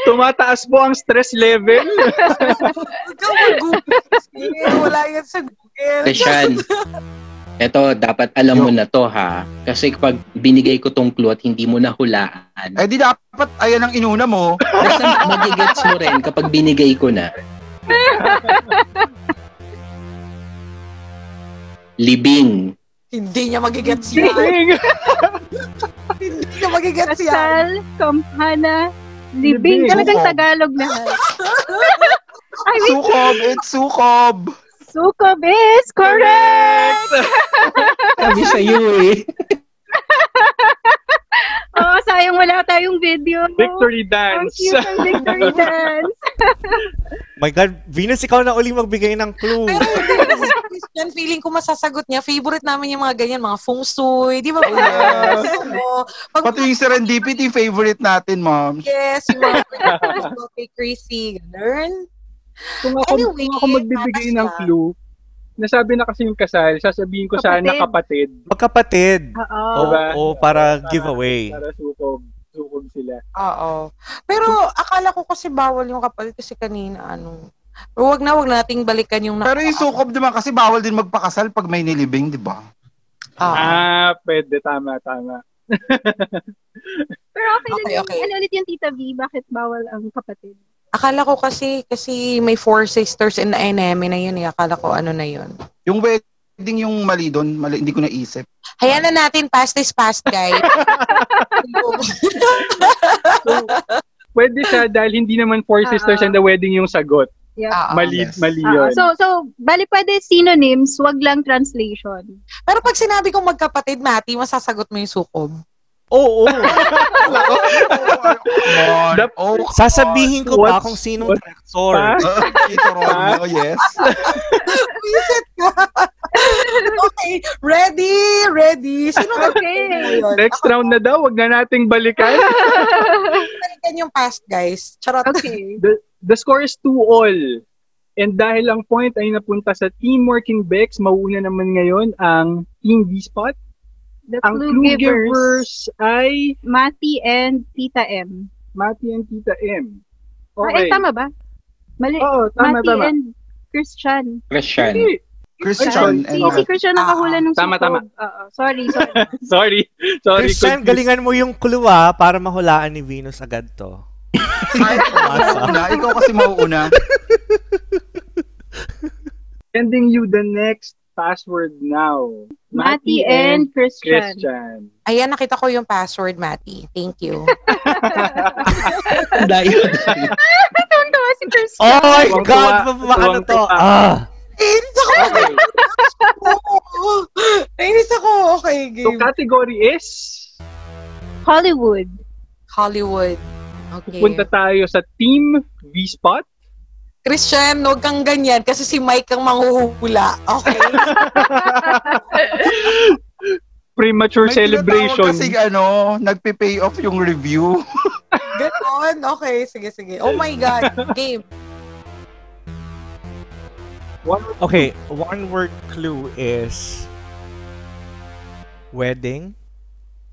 S2: Tumataas po ang stress level.
S6: Huwag kang mag-google. Wala yan sa Google.
S8: Christian, eto, dapat alam mo na to ha. Kasi pag binigay ko tong clue at hindi mo nahulaan,
S5: Eh, di dapat, ayan ang inuna mo.
S8: basta magigets mo rin kapag binigay ko na. Libing.
S6: Hindi niya magigets yan.
S2: Ding!
S6: Hindi niya magigets yan.
S1: Kasal, Kampana,
S2: Libing. Oh.
S1: Libing. Talagang
S5: Oo.
S1: Tagalog lahat. I mean,
S5: Sukob, it's sukob.
S1: Sukab is correct!
S8: Sabi sa iyo eh.
S1: Oh, sayang wala tayong video.
S2: Victory
S1: Ang
S2: dance.
S1: cute ng victory dance.
S7: My God, Venus, ikaw na uling magbigay ng clue.
S6: Pero hindi kasi si Christian, feeling ko masasagot niya. Favorite namin yung mga ganyan, mga feng shui. Di ba?
S5: Yes.
S6: Oo. Pag-
S5: Pati yung serendipity favorite natin, ma'am.
S6: Yes, yung mga okay, crazy. Ganun.
S2: Kung ako,
S6: Anyway,
S2: kung ako magbibigay
S6: tapos
S2: ng
S6: na.
S2: clue, nasabi na kasi yung kasal, sasabihin ko sana kapatid.
S7: Magkapatid.
S1: Oo.
S7: Oo,
S2: Diba?
S7: oo, para giveaway.
S2: Para sukob. Sukob sila.
S6: Oo. Pero akala ko kasi bawal yung kapalit kasi kanina, ano. Pero wag na, wag nating balikan yung
S5: Pero yung
S6: nakaraan.
S5: sukob naman kasi bawal din magpakasal pag may nilibing, di ba?
S6: Oo.
S2: Ah, pwede. Tama, tama.
S1: Pero okay,
S6: Okay,
S1: lang yun.
S6: okay.
S1: Ano ulit yung Tita V? Bakit bawal ang kapatid?
S6: Akala ko kasi, kasi may four sisters in enemy na yun eh. Akala ko ano na yun.
S5: Yung wedding yung mali doon, mali, hindi ko naisip.
S6: Hayaan na natin, past is past, guys.
S2: So, pwede siya dahil hindi naman Four Sisters
S1: Ah.
S2: and the Wedding yung sagot.
S1: Yeah.
S6: Oo.
S2: Mali,
S5: yes.
S2: mali
S1: Ah,
S2: yun.
S1: so, so, bali pwede synonyms, wag lang translation.
S6: Pero pag sinabi kong magkapatid, Mati, masasagot mo yung sukob.
S7: Oo, oo.
S5: Come on.
S2: The-
S5: Oh,
S7: Sasabihin ko pa
S2: What's-
S7: kung sinong
S2: what's Ah?
S7: director.
S5: Tito Romeo, yes.
S6: Visit ka. okay, ready, ready. Sino
S1: Okay.
S6: yun?
S2: Next round na daw, wag na nating balikan.
S6: Balikan yung past, guys. Charot.
S1: Okay.
S2: The score is 2 all. And dahil ang point ay napunta sa Team Working Bex, mauuna naman ngayon ang Team V-Spot.
S1: The
S2: Ang
S1: clue,
S2: clue
S1: givers.
S2: givers ay
S1: Mati and Tita M.
S2: Mati and Tita M.
S1: Okay.
S2: Okay.
S1: Ay, Ah, eh, tama ba? Mali.
S2: Oo, Oh, tama,
S1: Mati
S2: tama.
S1: and Christian.
S8: Christian.
S2: Hindi.
S5: Christian
S1: Si,
S5: and
S1: si Christian
S2: Ah,
S1: nakahula nung
S2: Tama,
S1: sukob.
S2: tama.
S1: Oo, sorry, sorry.
S2: Sorry. Sorry. confused.
S7: Christian, galingan mo yung clue ah, para mahulaan ni Venus agad to.
S5: Ay, ikaw mauuna. Ikaw kasi mauuna.
S2: Sending you the next password now.
S1: Mati and Christian.
S2: Christian.
S6: Ayan, nakita ko yung password, Mati. Thank you.
S8: Dayo.
S1: Tuntua si Christian.
S7: Oh my
S2: Tuwang-tuwa.
S7: God! Pa- Paano to?
S2: Tuwang-tuwa.
S7: Ah!
S6: Nainis ako.
S2: Okay.
S6: Nainis ako. Okay,
S2: So
S6: game.
S2: category is
S1: Hollywood.
S6: Hollywood. Okay.
S2: pupunta tayo sa Team V-Spot.
S6: Christian, huwag kang ganyan kasi si Mike ang manghuhula. Okay?
S2: Premature
S5: May
S2: celebration.
S5: tinatawag Kasi ano, nagpe-pay off yung review.
S6: Ganon. Okay, sige, sige. Oh my God. Game.
S2: One-
S7: Okay, one word clue is wedding.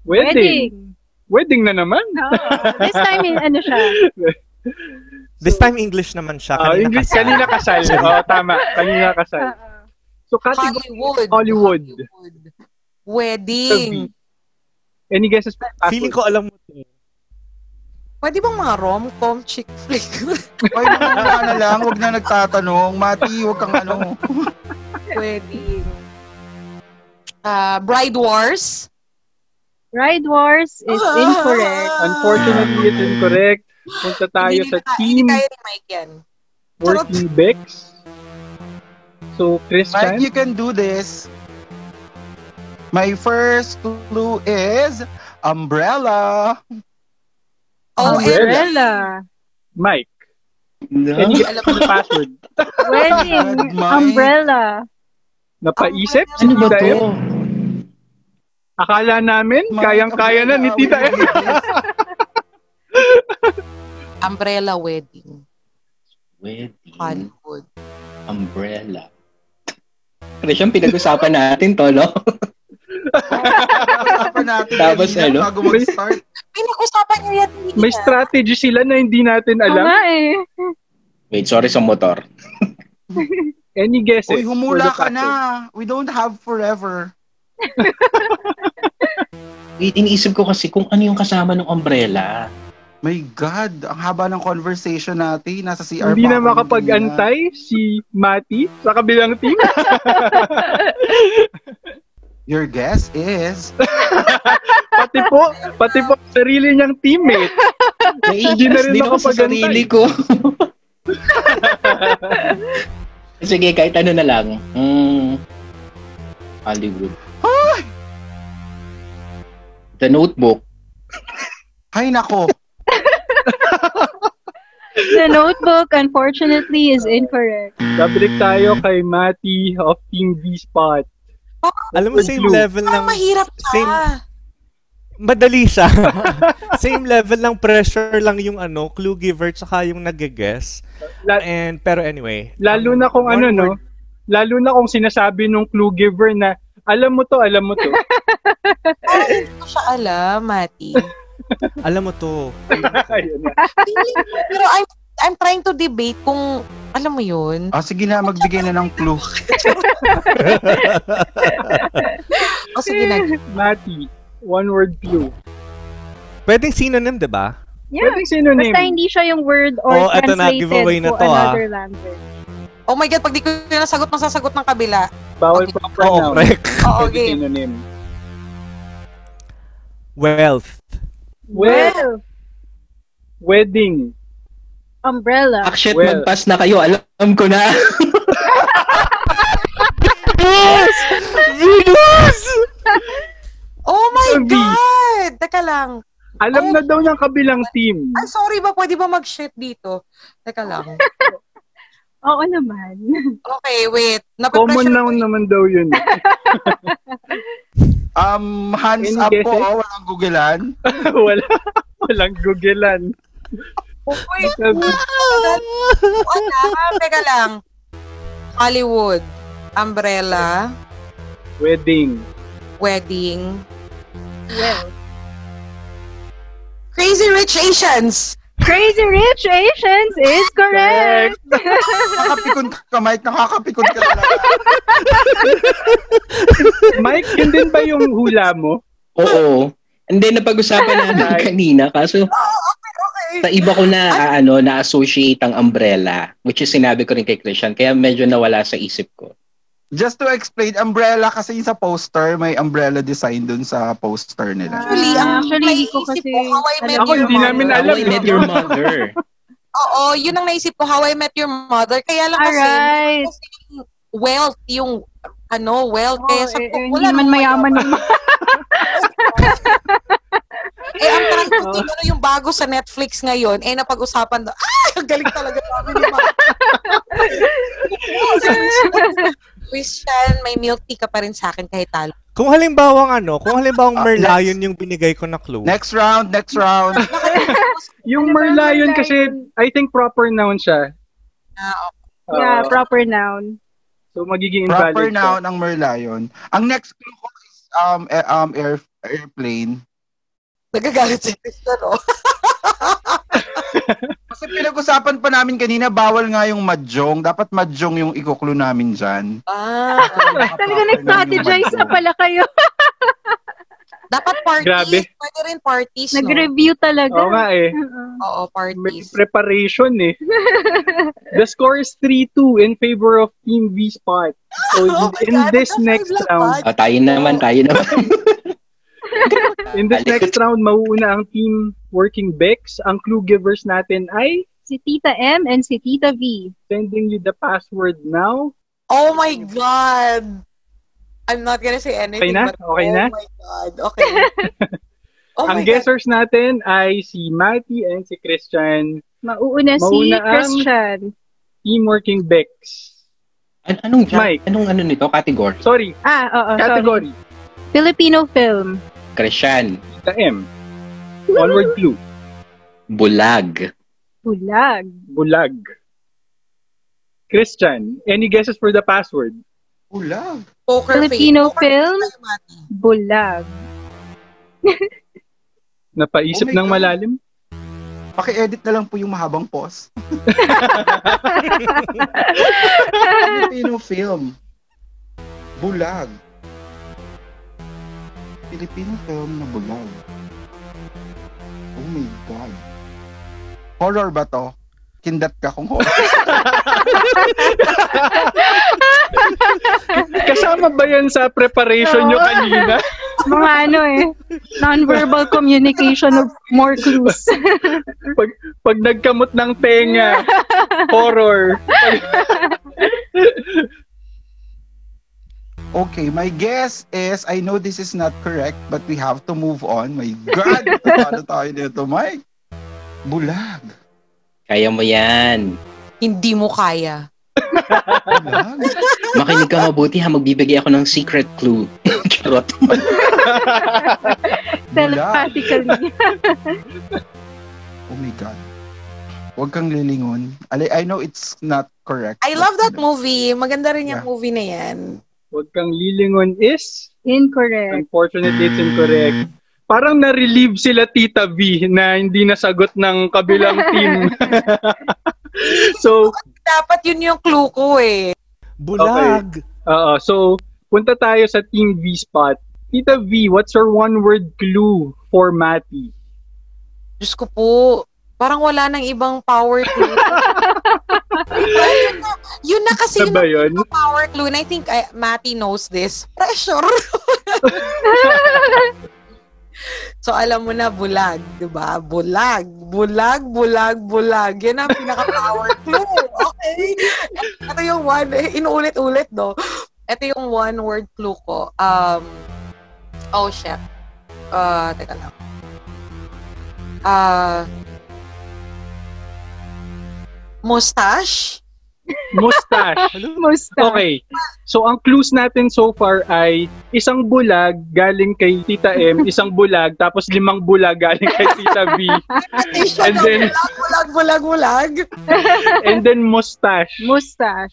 S2: Wedding. Wedding na naman.
S1: Oo. This time, in, ano siya?
S7: This time English naman siya.
S2: Oh,
S7: Ah, Kanina
S2: English,
S7: kasi.
S2: kanina kasal. Oo, tama. Kanina kasal.
S1: Oo.
S2: So category
S6: Hollywood.
S2: Hollywood.
S6: Hollywood.
S2: sa V.
S6: Wedding.
S2: Any guesses? for password?
S7: Feeling ko alam mo to.
S6: Pwede bang mga rom-com, chick flick?
S5: Ay, mauuna na lang. Huwag na nagtatanong. Mati, huwag kang ano.
S6: Wedding. Uh, Bride Wars.
S1: Bride Wars is
S6: Ah!
S1: incorrect.
S2: Unfortunately, it's incorrect. Punta tayo
S6: Hindi
S2: sa
S6: na-
S2: team
S6: Hindi kaya ni Mike yan.
S2: working Bex. So,
S5: Mike,
S2: Christian,
S5: you can do this. My first clue is umbrella.
S6: Oh,
S2: Umbrella.
S1: Umbrella.
S2: Mike.
S8: No.
S2: Any guess for the password?
S1: Wedding.
S5: Bad mind.
S1: Umbrella.
S2: Napaisip?
S8: Ano ba
S2: Tita M?
S8: to?
S2: Akala namin,
S5: Mike,
S2: kayang-kaya na ni Tita M.
S5: umbrella, will you do this?
S6: and Umbrella Wedding.
S8: Wedding.
S6: Hollywood.
S8: Umbrella. Christian, pinag-usapan natin to, no?
S5: Pag-usapan natin
S8: Tapos
S5: kanina
S8: ano?
S5: Bago mag-start.
S6: Pinag-usapan niyo yan. hindi
S2: May
S6: niya.
S2: strategy sila na hindi natin
S1: Oo
S2: alam.
S1: nga eh.
S8: Wait, sorry sa motor.
S2: Any guesses?
S5: Uy, humula
S2: for
S5: ka
S2: the
S5: na. We don't have forever.
S8: Wait, iniisip ko kasi kung ano yung kasama ng umbrella.
S5: My God, ang haba ng conversation natin. Nasa
S2: password?
S5: CR
S2: Hindi na
S5: pa ako
S2: makapag-antay si Mati sa kabilang team.
S5: kanina. Your guess is...
S2: pati po, pati po sarili niyang teammate.
S8: May
S2: Hindi na
S8: interest
S2: rin
S8: din ako sa
S2: nakapag-antay.
S8: sarili ko. Sige, kahit ano na lang. Mm, Hollywood. The Notebook.
S5: Ay, nako.
S1: The notebook, unfortunately, is incorrect.
S2: Babalik tayo kay Mati of Team V-Spot.
S7: Alam mo, same
S2: Blue.
S7: level ng...
S6: Parang mahirap ka.
S7: Same, madali siya. same level ng pressure lang yung ano, clue giver tsaka yung nag-guess.
S2: La-
S7: And, pero anyway.
S2: Lalo
S7: um,
S2: na kung
S7: one
S2: ano, no?
S7: word-
S2: Lalo na kung sinasabi nung clue giver na, alam mo to, alam mo to.
S6: Parang hindi ko siya alam, Mati.
S7: Alam mo to.
S2: Ayun na.
S6: Pero I'm, I'm trying to debate kung, alam mo yun,
S5: Ah, sige na, magbigay na ng clue.
S2: Ah.
S6: o sige na,
S2: Mati, one word clue.
S7: Pwedeng synonym, di ba?
S1: Yeah.
S2: Pwedeng synonym.
S1: Basta hindi siya yung word or
S7: Oh, eto na,
S1: translated
S7: giveaway na
S1: to,
S7: to, ah.
S1: another language.
S6: oh my God, pag di ko yun nasagot, masasagot ng kabila. Oh,
S2: Bawal
S6: Okay.
S2: pa
S7: Oo,
S2: pronoun.
S7: correct.
S6: Oo,
S2: Pwede
S6: game.
S2: synonym.
S7: Wealth.
S2: We- wedding.
S1: Umbrella.
S8: Ah, shit,
S2: Well.
S8: mag-pass na kayo. Alam ko na.
S7: Yes! Venus!
S6: Oh my
S2: Sabi.
S6: God! Teka lang.
S2: Alam
S6: Oh.
S2: na daw ng kabilang team.
S6: I'm sorry ba? Pwede ba mag-shit dito? Teka lang.
S1: Oo naman.
S6: Okay, wait.
S2: Common
S6: Napapressure
S2: noun naman daw yun.
S5: Um, hands
S2: Any
S5: up po,
S2: guesses?
S5: oh, walang gugilan.
S2: Wala. Walang gugilan.
S6: Uy, alam. Teka lang. Hollywood. Umbrella.
S2: Wedding.
S6: Wedding.
S1: Well.
S6: Crazy Rich Asians!
S1: Crazy Rich Asians is correct.
S5: Nakakapikon ka, Mike. Nakakapikon ka talaga.
S2: Mike, yun din ba yung hula mo?
S8: Oo. And then, napag-usapan namin kanina. Kaso, sa
S6: Okay.
S8: iba ko na, ah, ano, na-associate ang umbrella. Which is sinabi ko rin kay Christian. Kaya medyo nawala sa isip ko.
S5: Just to explain, umbrella kasi yung sa poster, may umbrella design dun sa poster nila.
S6: Actually, ang
S1: Actually, hindi ko
S6: naisip
S1: kasi
S6: ko, how I met
S1: alam.
S2: Ako,
S6: your
S2: hindi namin
S6: mother.
S2: alam.
S8: How I Met
S1: eh.
S8: Your Mother.
S6: Oo, yun ang naisip ko, how I met your mother. Kaya lang kasi,
S1: Alright.
S6: kasi yung wealth, yung ano, wealth. Kaya
S1: Oo,
S6: sabi ko,
S1: eh, eh,
S6: wala
S1: hindi man
S6: namang
S1: mayaman naman.
S6: Eh, ang parang kung sino na yung bago sa Netflix ngayon, eh, napag-usapan daw, ay, ang galing talaga namin ni Ma'am." Christian, may milk tea ka pa rin sa akin kahit talo.
S7: Kung halimbawa ano, kung halimbawa
S5: Ah,
S7: Merlion yung binigay ko na clue.
S5: Next round, next round.
S2: Yung
S1: Ano ba ang merlion?
S2: merlion kasi, I think proper noun siya.
S6: Ah, okay.
S2: Oo.
S1: yeah, proper noun.
S2: so, magiging invalid
S5: Proper
S2: siya.
S5: noun ang merlion. Ang next clue ko is um, eh, um, air, airplane.
S6: Nagagalit si Christian, oh.
S5: Kasi pinag-usapan pa namin kanina, bawal nga yung mahjong. Dapat mahjong yung ikuklo namin dyan.
S6: Ah,
S1: Talaga nag-strategize na pala kayo.
S6: dapat parties.
S2: Grabe.
S6: Pwede rin parties, no?
S1: Nag-review talaga.
S2: Oo nga eh.
S1: Oo.
S6: Oo,
S2: May
S6: parties.
S2: preparation eh. The score is 3-2 in favor of Team V-Spot. So,
S6: Oh my
S2: in
S6: God,
S2: this
S6: nagka-five
S2: next
S6: lang
S2: round,
S6: ba?
S8: Ah, tayo naman, tayo naman.
S2: in this
S8: Balik.
S2: next round, mauuna ang Team Working Bex. Ang clue givers natin ay
S1: Si Tita M and si Tita V.
S2: sending you the password now.
S6: Oh my God! I'm not gonna say
S2: Okay
S6: anything.
S2: na?
S6: but
S2: Okay na?
S6: Oh my God, okay. Oh my
S2: ang
S6: God.
S2: guessers natin ay si Matty and si Christian.
S1: Mauuna si
S2: Mauna ang-
S1: Christian.
S2: Team Working Bex.
S8: An- anong,
S2: Mike.
S8: anong ano nito? Category?
S2: Sorry,
S1: Ah, oo. Sorry.
S2: category.
S1: Filipino film.
S8: Christian.
S2: The M. One word clue.
S8: Bulag.
S1: Bulag.
S2: Bulag. Christian, any guesses for the password?
S5: Ulag.
S6: Poker face.
S1: Filipino
S6: Poker face
S1: film?
S6: tayo, Mati.
S1: Bulag.
S2: Napaisip
S5: Oh my
S2: ng
S5: God.
S2: malalim?
S5: Paki-edit na lang po yung mahabang pause. Filipino film. Bulag. Filipino film na bulag. Oh my God. Horror ba to? Kindat ka kung horror.
S2: Kasama ba yan sa preparation nyo
S1: Oo.
S2: kanina?
S1: Mga ano eh. Non-verbal communication of more clues.
S2: Pag nagkamot ng tenga, horror. Pag,
S5: Okay, my guess is, I know this is not correct, but we have to move on. My God, natalo tayo nito, Mike. Bulag.
S8: Kaya mo yan.
S6: Hindi mo kaya.
S5: Bulag.
S8: Makinig ka mabuti ha, magbibigay ako ng secret clue. Charot.
S5: Bulag.
S1: Telepathically.
S5: Oh my God. Huwag kang lilingon. Ali, I know it's not correct.
S6: I
S5: but-
S6: love that movie. Maganda rin
S5: Yeah.
S6: yung movie na yan.
S2: Huwag kang lilingon is,
S1: Incorrect.
S2: unfortunately, it's incorrect. Parang na-relieve sila Tita V na hindi nasagot ng kabilang team. so,
S6: Dapat yun yung clue ko eh.
S7: Bulag.
S2: Oo, so punta tayo sa Team V spot. Tita V, what's your one word clue for Matty?
S6: Diyos ko po, parang wala nang ibang power clue. Diba? yun, na, yun na kasi
S2: Ano ba
S6: yung
S2: yun?
S6: power clue and I think I, Matty knows this. Pressure. so alam mo na bulag, 'di ba? Bulag, bulag, bulag, bulag. Yan ang pinaka power clue. Okay. Ito yung one eh, inuulit-ulit do. Ito yung one word clue ko. Um Oh shit. Uh, teka lang. Uh, mustache?
S2: Mustache.
S1: Musta.
S2: Okay. So ang clues natin so far ay isang bulag galing kay Tita M, isang bulag, tapos limang bulag galing kay Tita V,
S6: Attention
S2: And
S6: na
S2: then-
S6: bulag, bulag, bulag, bulag.
S2: and then mustache.
S1: Mustache.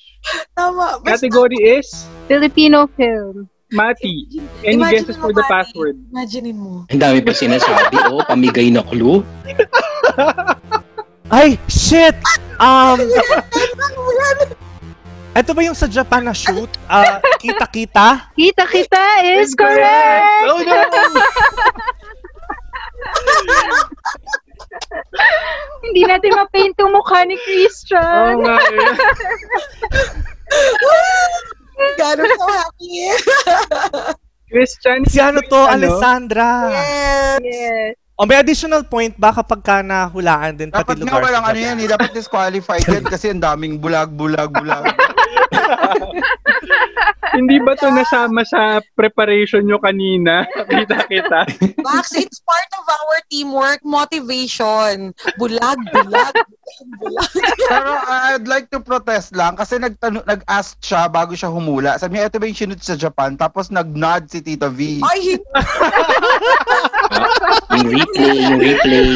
S6: Tama. Basta,
S2: Category is
S1: Filipino film.
S2: Matty. Any
S6: Imagine
S2: guesses for
S6: mo,
S2: the
S6: Mati.
S2: password?
S6: Imagine mo.
S8: Ang dami pa sinasabi. Oh, pamigay na clue.
S7: Ay, shit! Um,
S6: Bulag.
S7: ito ba yung sa Japan na shoot? Ah, kita-kita?
S1: Kita-kita is correct!
S2: Oh no!
S1: Hindi natin ma-paint yung mukha ni
S2: Oo
S1: Christian.
S2: nga eh.
S6: Ganun so happy.
S2: Christian.
S7: Si ano to, Alessandra?
S6: Yes.
S1: Yes.
S7: O may additional point ba kapag ka nahulaan din pati
S5: Dapat nga
S7: lugar
S5: walang
S7: sa
S5: ano
S7: Japan?
S5: yan, eh. dapat disqualified yan kasi ang daming bulag, bulag, bulag.
S2: Hindi ba to nasama sa preparation nyo kanina? Kita kita.
S6: Max, it's part of our teamwork motivation. Bulag, bulag, bulag, bulag.
S5: Pero uh, I'd like to protest lang kasi nagtanong, nag-ask siya bago siya humula. Sabi niya, ito ba yung sinunod sa Japan? Tapos nag-nod si Tita V.
S6: Ay, hindi.
S8: Yung replay, yung replay.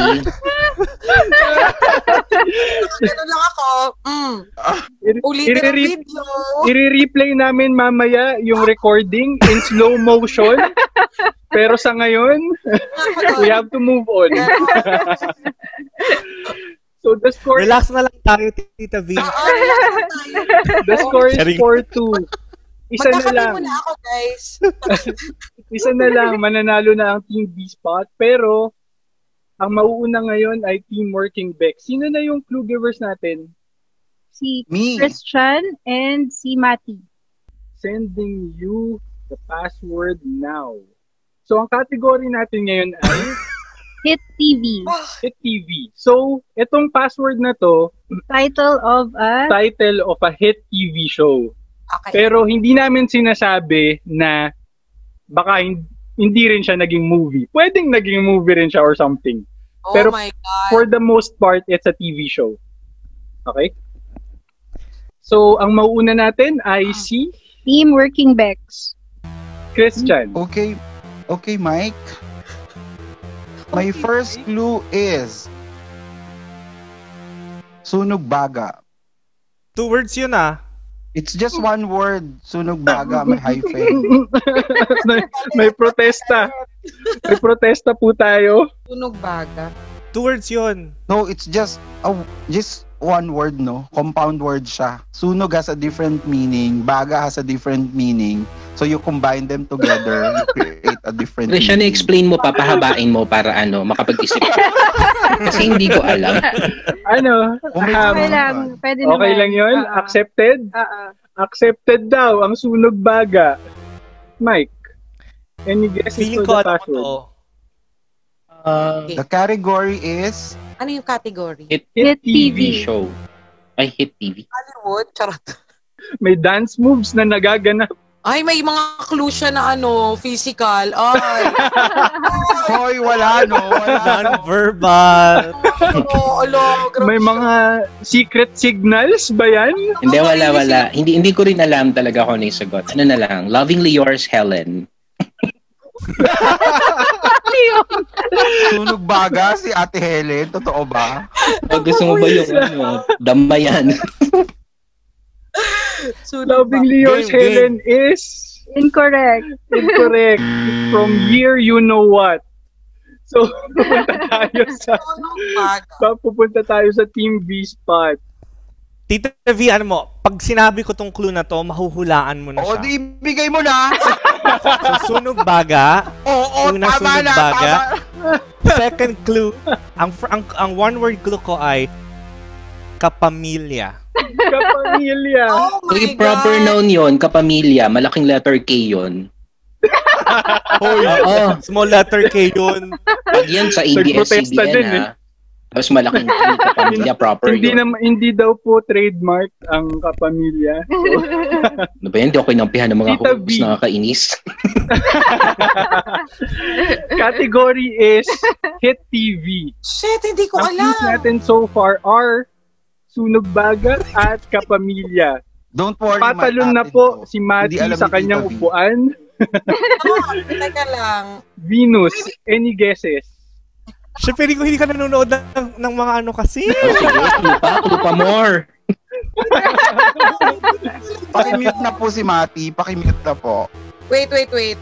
S6: Ganun lang ako. Mm.
S2: I-
S6: Ulitin ang
S2: irere-
S6: video.
S2: I-replay namin mamaya yung recording in slow motion. Pero sa ngayon, we have to move on. So the score
S7: Relax na lang tayo, Tita V.
S6: Oo, relax tayo.
S2: the score is
S7: Sharing.
S2: 4-2. Isa na
S6: Magkakatabi
S2: lang.
S6: mo na ako, guys.
S2: Isa na lang mananalo na ang Team B spot pero ang mauuna ngayon ay Team Working Beck. Sino na yung clue givers natin?
S1: Si
S5: Me.
S1: Christian and si Mati.
S2: sending you the password now. So, ang category natin ngayon ay
S1: Hit TV.
S2: Hit TV. So, itong password na to,
S1: Title of a...
S2: title of a hit TV show.
S6: Okay.
S2: Pero hindi namin sinasabi na baka hin- hindi rin siya naging movie. Pwedeng naging movie rin siya or something.
S6: oh
S2: pero-
S6: my God.
S2: For the most part, it's a TV show. Okay? So, ang mauuna natin ay si
S1: Team Working Backs.
S2: Christian.
S5: Okay. Okay, Mike. My first clue is sunog baga.
S7: Two words yun ah.
S5: It's just one word, sunog baga, may hyphen.
S7: Hmm.
S2: may, may protesta. May protesta po tayo.
S6: Tunog baga.
S7: Two words yun.
S5: No, it's just a, just one word, no? Compound word siya. Sunog has a different meaning, baga has a different meaning. So you combine them together, you create a different
S8: Christian,
S5: meaning.
S8: explain mo, papahabain mo para ano, makapag-isip. ka. Kasi hindi ko alam.
S2: Ano?
S5: Okay,
S2: Um,
S1: Okay lang. Pwede naman. Ah,
S2: Okay lang yun?
S1: Oo.
S2: Accepted?
S1: Oo.
S2: Accepted daw ang sunog baga. Mike, any guesses
S7: Feeling
S2: for
S7: ko
S2: the
S7: alam ko
S2: password?
S7: to.
S2: Uh,
S5: The category is
S6: Ano yung category?
S8: Hit
S1: Hit
S8: TV
S1: TV.
S8: show. Ay, hit TV.
S2: Ano
S6: Hollywood? Charot.
S2: May dance moves na nagaganap.
S6: Ay, may mga clue siya na ano, physical. Ay,
S5: Hoy, wala no. Wala.
S7: Non-verbal.
S6: ano, alo, grabe
S2: May
S6: siya.
S2: mga secret signals ba yan?
S8: Hindi,
S6: Ako,
S8: wala,
S6: hindi
S8: wala. Hindi, hindi ko rin alam talaga kung ano yung sagot. Ano na lang, lovingly yours, Helen.
S5: Tunog baga si Ate Helen. Totoo ba?
S8: O, gusto mo ba yung ano, damayan?
S2: Oh
S6: Sunog ba?
S2: Lovingly yours,
S7: Game,
S2: Helen, is
S1: Incorrect.
S2: incorrect. From year you know what. So, pupunta tayo sa
S6: Sunog baga.
S2: pupunta tayo sa Team V spot.
S7: Tita V, ano mo, pag sinabi ko tong clue na to, mahuhulaan mo na
S5: O,
S7: Ano siya.
S5: di ibigay mo na.
S7: So, sunog baga.
S5: Oo,
S7: Una,
S5: tama
S7: sunog
S5: na.
S7: baga.
S5: Tama.
S7: Second clue, ang, fr- ang, ang one word clue ko ay kapamilya.
S2: Kapamilya.
S6: Oh my
S8: Kung
S6: God.
S8: proper noun yon kapamilya, malaking letter K yon
S7: Hoy,
S8: Oo.
S7: small letter K yun.
S8: Pag yan sa E
S2: Nagprotesta
S8: ABS-CBN,
S2: din, eh.
S8: ha? Tapos malaking K, kapamilya, proper
S2: Hindi
S8: yun.
S2: na hindi daw po trademark ang kapamilya.
S8: Ano ba yan? Hindi ako kinampihan ng mga
S2: Tita
S8: hosts
S2: V.
S8: nakakainis.
S2: Category is Hit TV.
S6: Shit, hindi ko
S2: Ang clues
S6: alam.
S2: natin so far are Sunog Baga at Kapamilya.
S5: Don't worry, my
S2: Patalon na
S5: ate
S2: po
S5: to.
S2: si Mati
S5: Hindi alam
S2: sa
S5: ni
S2: kanyang
S5: Tita V.
S2: upuan.
S6: Ah, Teka lang.
S2: Venus, any guesses?
S7: Siya, feeling ko hindi ka nanonood ng, ng mga ano kasi.
S8: Oh, sige, lupa, lupa more.
S5: Pakimute na po si Mati. Pakimute na po.
S6: Wait, wait, wait.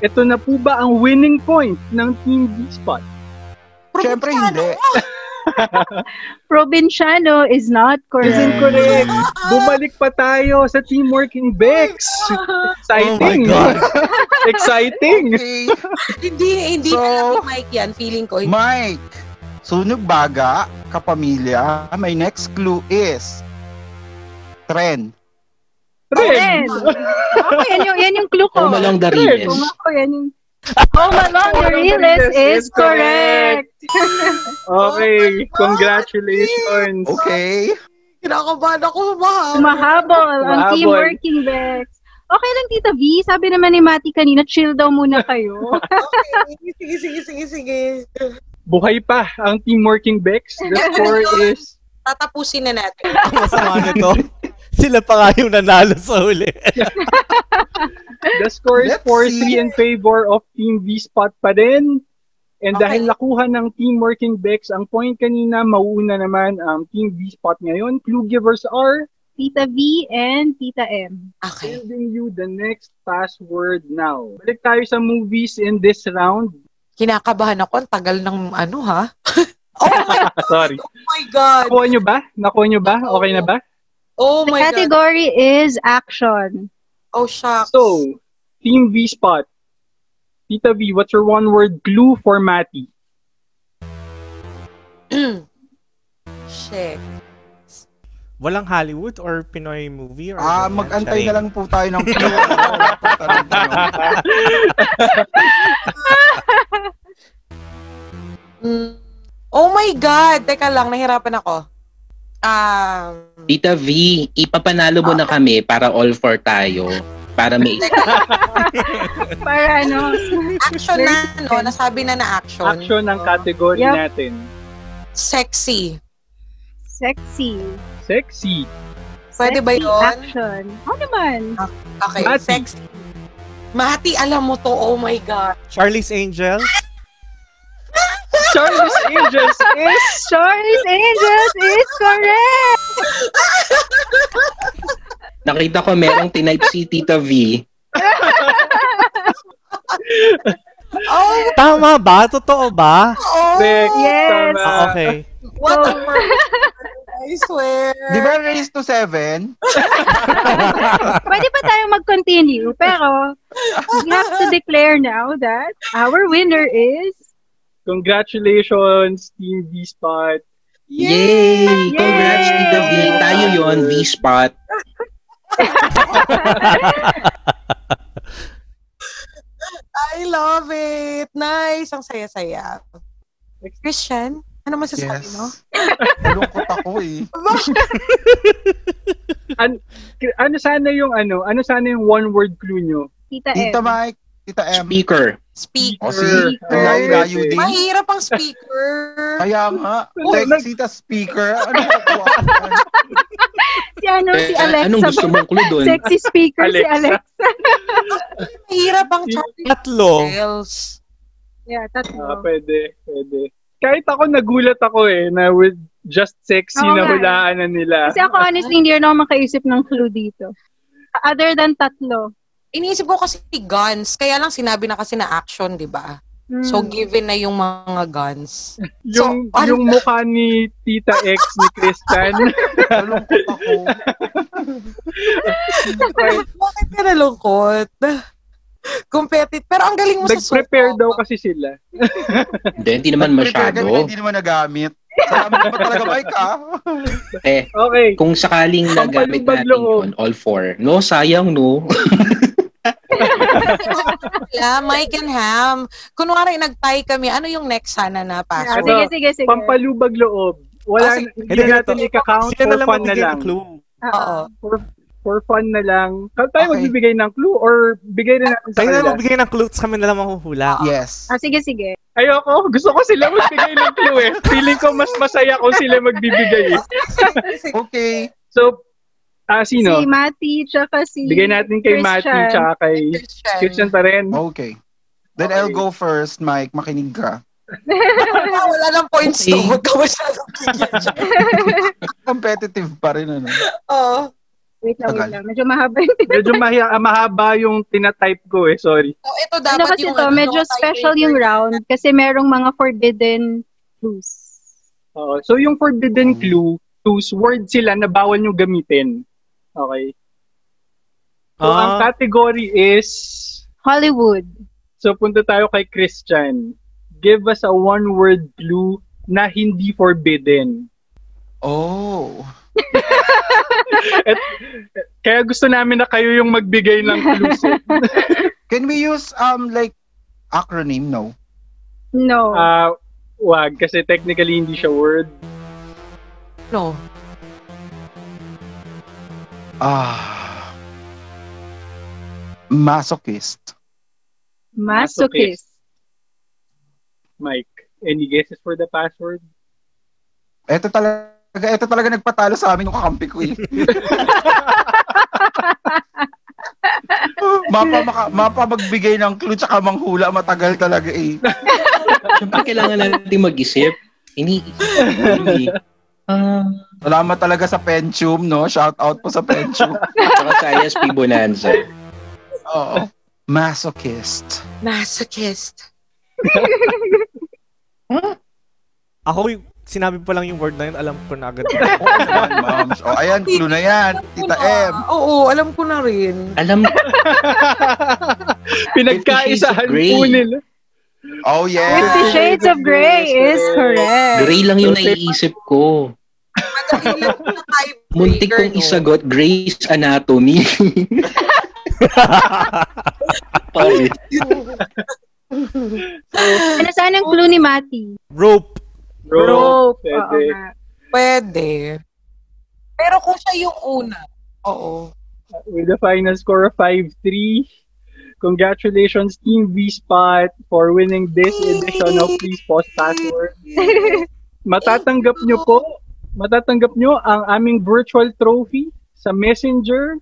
S2: Ito na po ba ang winning point ng Team V-Spot?
S5: Siyempre hindi.
S1: Provinciano is not correct.
S2: Is
S6: Mm.
S2: incorrect. Bumalik pa tayo sa Teamwork in Bex.
S5: Oh
S2: Exciting.
S7: God.
S2: Exciting.
S5: Okay.
S6: Hindi, hindi
S5: So-
S6: alam ni Mike yan. Feeling ko.
S5: Mike, sunog baga, kapamilya. My next clue is trend.
S2: Trend.
S1: Ako, yan yung, yan yung clue ko.
S8: Home along the
S2: Correct.
S8: realest.
S1: Kung ako, yan yung... Home Along the
S2: Home Along the
S1: Realest
S2: Realest
S1: is
S2: is correct.
S1: correct.
S2: Okay.
S6: Oh my God.
S2: Congratulations.
S5: Okay?
S6: Kinakabahan ako mahal.
S1: Mahabol ang
S2: Mahabol.
S1: team working Bex. Okay lang, Tita V. Sabi naman ni Mati kanina, chill daw muna kayo.
S6: Okay. Sige, sige, sige, sige.
S2: Buhay pa ang Teamwork in Bex. The score is
S6: Tatapusin na natin.
S7: Ang masama nito. Sila pa nga yung nanalo sa huli.
S2: the score is
S5: Let's
S2: 4-3
S5: see.
S2: in favor of Team V-Spot pa rin. And
S6: Okay.
S2: dahil nakuha ng Teamwork in Bex ang point kanina, mauuna naman ang Team V-Spot ngayon. Clue givers are
S1: Tita V and Tita M.
S6: Okay.
S2: sending you the next password now. Balik tayo sa movies in this round.
S6: Kinakabahan ako. Ang tagal ng ano ha? oh, my,
S2: Sorry.
S6: oh my God.
S2: Nakuha nyo ba? Nakuha nyo ba? Okay na ba?
S6: Oh
S1: The
S6: my God.
S1: category is action.
S6: Oh, shucks.
S2: So, Team V-Spot. Tita V, what's your one-word clue for Matty?
S6: Shit.
S7: Walang Hollywood or Pinoy movie? Or
S5: Ah,
S7: ganyan,
S5: mag-antay
S7: siya
S5: na lang po tayo ng clue.
S6: Mm. Oh my God. Teka lang, nahirapan ako. Um,
S8: Tita V, ipapanalo mo na kami para all four tayo. Para may...
S1: Para ano,
S6: action na, no? Nasabi na na action.
S2: Action ang category
S1: Yep.
S2: natin.
S6: Sexy.
S1: sexy.
S2: Sexy.
S6: Pwede ba
S1: Sexy
S6: yun?
S1: Action. Ano naman?
S6: Okay,
S2: Mahati.
S6: sexy. Mahati, alam mo to. Oh my God.
S7: eh. Charlie's Angel?
S2: Charlie's Angels is...
S1: Charlie's Angels is correct!
S8: Nakita ko merong tinype si Tita V.
S6: Oh,
S7: Tama ba? Totoo ba?
S6: oh.
S2: Sex.
S1: Yes.
S2: Tama.
S7: Ah, okay.
S6: What the I swear.
S5: Di ba raise to seven?
S1: Pwede pa tayo mag-continue, pero we have to declare now that our winner is
S2: Congratulations, Team V-Spot.
S8: Yay! Congrats,
S1: Yay!
S8: Tita V. Tayo yon V-Spot.
S6: I love it. Nice. Ang saya-saya. Christian, ano masasabi mo?
S5: Yes. Lungkot ako eh.
S2: ano sana yung ano, ano sana yung one word clue nyo?
S1: Tita M.
S5: Tita Mike, Tita M.
S8: Speaker.
S5: O
S6: Speaker.
S5: si,
S1: Speaker.
S5: ang layo-layo din.
S6: Mahirap ang speaker.
S5: Kaya nga,
S2: Nag-
S5: text Tita Speaker. Ano ako?
S1: Si ano, si
S8: Eh,
S1: Alexa.
S8: anong gusto mong clue doon?
S1: Sexy speaker si
S2: Alexa.
S1: Alexa.
S6: Mahirap ang chatting
S7: Tatlo.
S2: eh,
S6: skills.
S1: Yeah,
S2: Ah,
S1: tatlo.
S2: pwede, pwede. Kahit ako nagulat ako eh, na with just sexy
S1: Oo nga
S2: na
S1: eh.
S2: hulaan na nila.
S1: Kasi ako honestly, hindi rin ako makaisip ng clue dito. Other than tatlo.
S6: Iniisip ko kasi guns. Kaya lang sinabi na kasi na action, di ba?
S1: Hmm.
S6: So, given na yung mga guns.
S2: yung,
S6: So, ano-
S2: yung mukha ni Tita X ni Kristan.
S5: Nalungkot ako.
S6: Bakit ka nalungkot? Competitive. Pero ang galing mo sa suko.
S2: Nag-prepare daw kasi sila.
S8: Hindi, hindi naman
S5: Prepare
S8: masyado.
S5: kami na hindi naman nagamit. Salamat naman talaga, Mike, ah.
S8: Eh,
S2: Okay.
S8: kung sakaling nagamit
S2: Pampalubag
S8: natin
S2: loob.
S8: yun, all four. No, sayang, no.
S6: Wala, Mike and Ham. Kunwari, nag-tie kami. Ano yung next sana na
S1: Ah,
S6: password?
S1: sige, sige, sige.
S2: Pampalubag loob.
S6: Ah,
S2: Wala,
S6: sige.
S2: hindi natin ika-count
S7: Sila
S2: for
S7: na lang
S2: fun na
S7: magbigay
S2: lang.
S7: ng clue.
S1: Oo.
S2: For fun na lang. Kaya tayo
S5: Okay.
S2: magbibigay ng clue or bigay na natin sa
S7: Tayo na lang
S2: kanila.
S7: magbigay ng clues, kami na lang mahuhula.
S5: Yes.
S1: Ah, sige, sige.
S2: Ayoko. Gusto ko sila magbigay ng clue eh. Feeling ko mas masaya kung sila magbibigay eh.
S5: Okay.
S2: So, ah, sino?
S1: Si Mati, tsaka si
S2: Bigay natin kay Mati
S1: Christian.
S2: tsaka kay Christian pa rin.
S5: Okay. Then I'll go first, Mike. Makinig ka.
S6: Wala, Ah, wala ng points
S8: Okay.
S6: to. Huwag ka masyadong kikil.
S5: Competitive pa rin, ano?
S6: Oo.
S1: Wait lang, wait
S5: Tagal.
S1: lang. Medyo mahaba yung
S2: Medyo mahi- ah, mahaba yung tinatype ko eh. Sorry.
S6: So, ito
S1: Ano
S6: dapat
S1: kasi
S6: yung...
S1: to,
S6: ano,
S1: medyo
S6: tie
S1: special
S6: breaker.
S1: yung round kasi merong mga forbidden clues.
S2: Oo. So, yung forbidden clue, choose word sila na bawal nyo gamitin. Okay? So, ang
S7: Ah,
S2: category is...
S1: Hollywood.
S2: So, punta tayo kay Christian. Give us a one-word clue na hindi forbidden.
S5: Oh.
S2: Kaya gusto namin na kayo yung magbigay ng clues. eh.
S5: Can we use, um, like, acronym? No.
S1: No.
S2: Ah, wag, kasi technically hindi siya word.
S6: No.
S5: Ah. Masochist.
S1: Masochist.
S2: Mike, any guesses for the password?
S5: Ito talaga, ito talaga nagpatalo sa amin yung kakampi ko eh. mapa, maka, mapa magbigay ng clue tsaka manghula matagal talaga eh.
S8: Siyempre, kailangan natin mag-isip. Iniisip. ko eh. Ah,
S5: Salamat talaga sa Pentium, no? Shout out po sa Pentium.
S8: at saka sa ISP Bonanza.
S5: Oo. Masochist.
S6: Masochist.
S7: ako, y- sinabi pa lang yung word na yun, alam ko na agad.
S5: Oo, yan, Oh, moms. O, ayan, clue na yan. Tita M.
S6: Oo, alam ko na rin.
S8: Alam,
S2: Pinagkaisahan
S8: Fifty Shades of
S2: po
S8: Grey.
S2: nila.
S5: Oh, yes.
S1: Fifty Shades of Grey is correct.
S8: gray lang yung naiisip ko.
S6: Madali lang na tie breaker,
S8: Muntik kong
S6: no?
S8: isagot, Grey's Anatomy. Pare.
S1: Ano saan ang clue ni Mati?
S7: Rope.
S2: Bro,
S1: Oo
S2: pwede.
S1: nga.
S6: Pwede. Pero kung siya yung una. Oo.
S2: With a final score of 5-3, congratulations Team V-Spot for winning this edition of Please Post Password. Matatanggap nyo po, matatanggap nyo ang aming virtual trophy sa Messenger.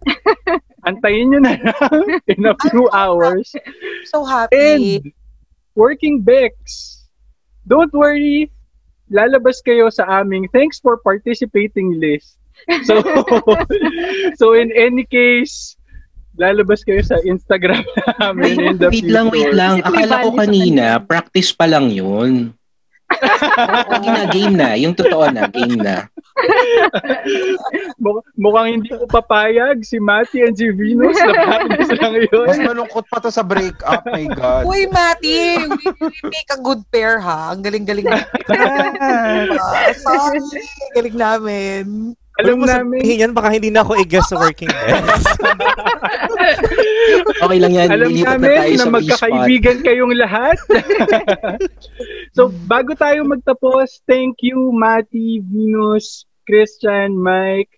S2: Antayin nyo na lang in a few hours.
S6: So happy.
S2: And working Bex. Don't worry, lalabas kayo sa aming thanks for participating list. So, so in any case, lalabas kayo sa Instagram namin in the
S8: wait lang, wait
S2: future.
S8: lang.
S1: Hindi ko
S8: Akala ko
S1: ibalik sa
S8: kanina, practice pa lang yun. Kina game na, yung totoo na, game na.
S2: Muk- mukhang hindi ko papayag si Mati and si Venus na practice lang yun.
S5: Mas malungkot pa to sa breakup, my God.
S6: Uy, Mati, we really make a good pair, ha? Ang galing-galing namin. Ah, sorry. Ang Galing namin.
S2: Alam
S7: Alam mo
S2: namin,
S7: sabihin yan, baka hindi na ako i-guess sa working desk.
S8: Okay lang yan,
S2: Alam
S8: lilipat na
S2: namin
S8: tayo
S2: na,
S8: sa B-spot.
S2: magkakaibigan kayong lahat. so, bago tayo magtapos, thank you, Mati, Venus, Christian, Mike,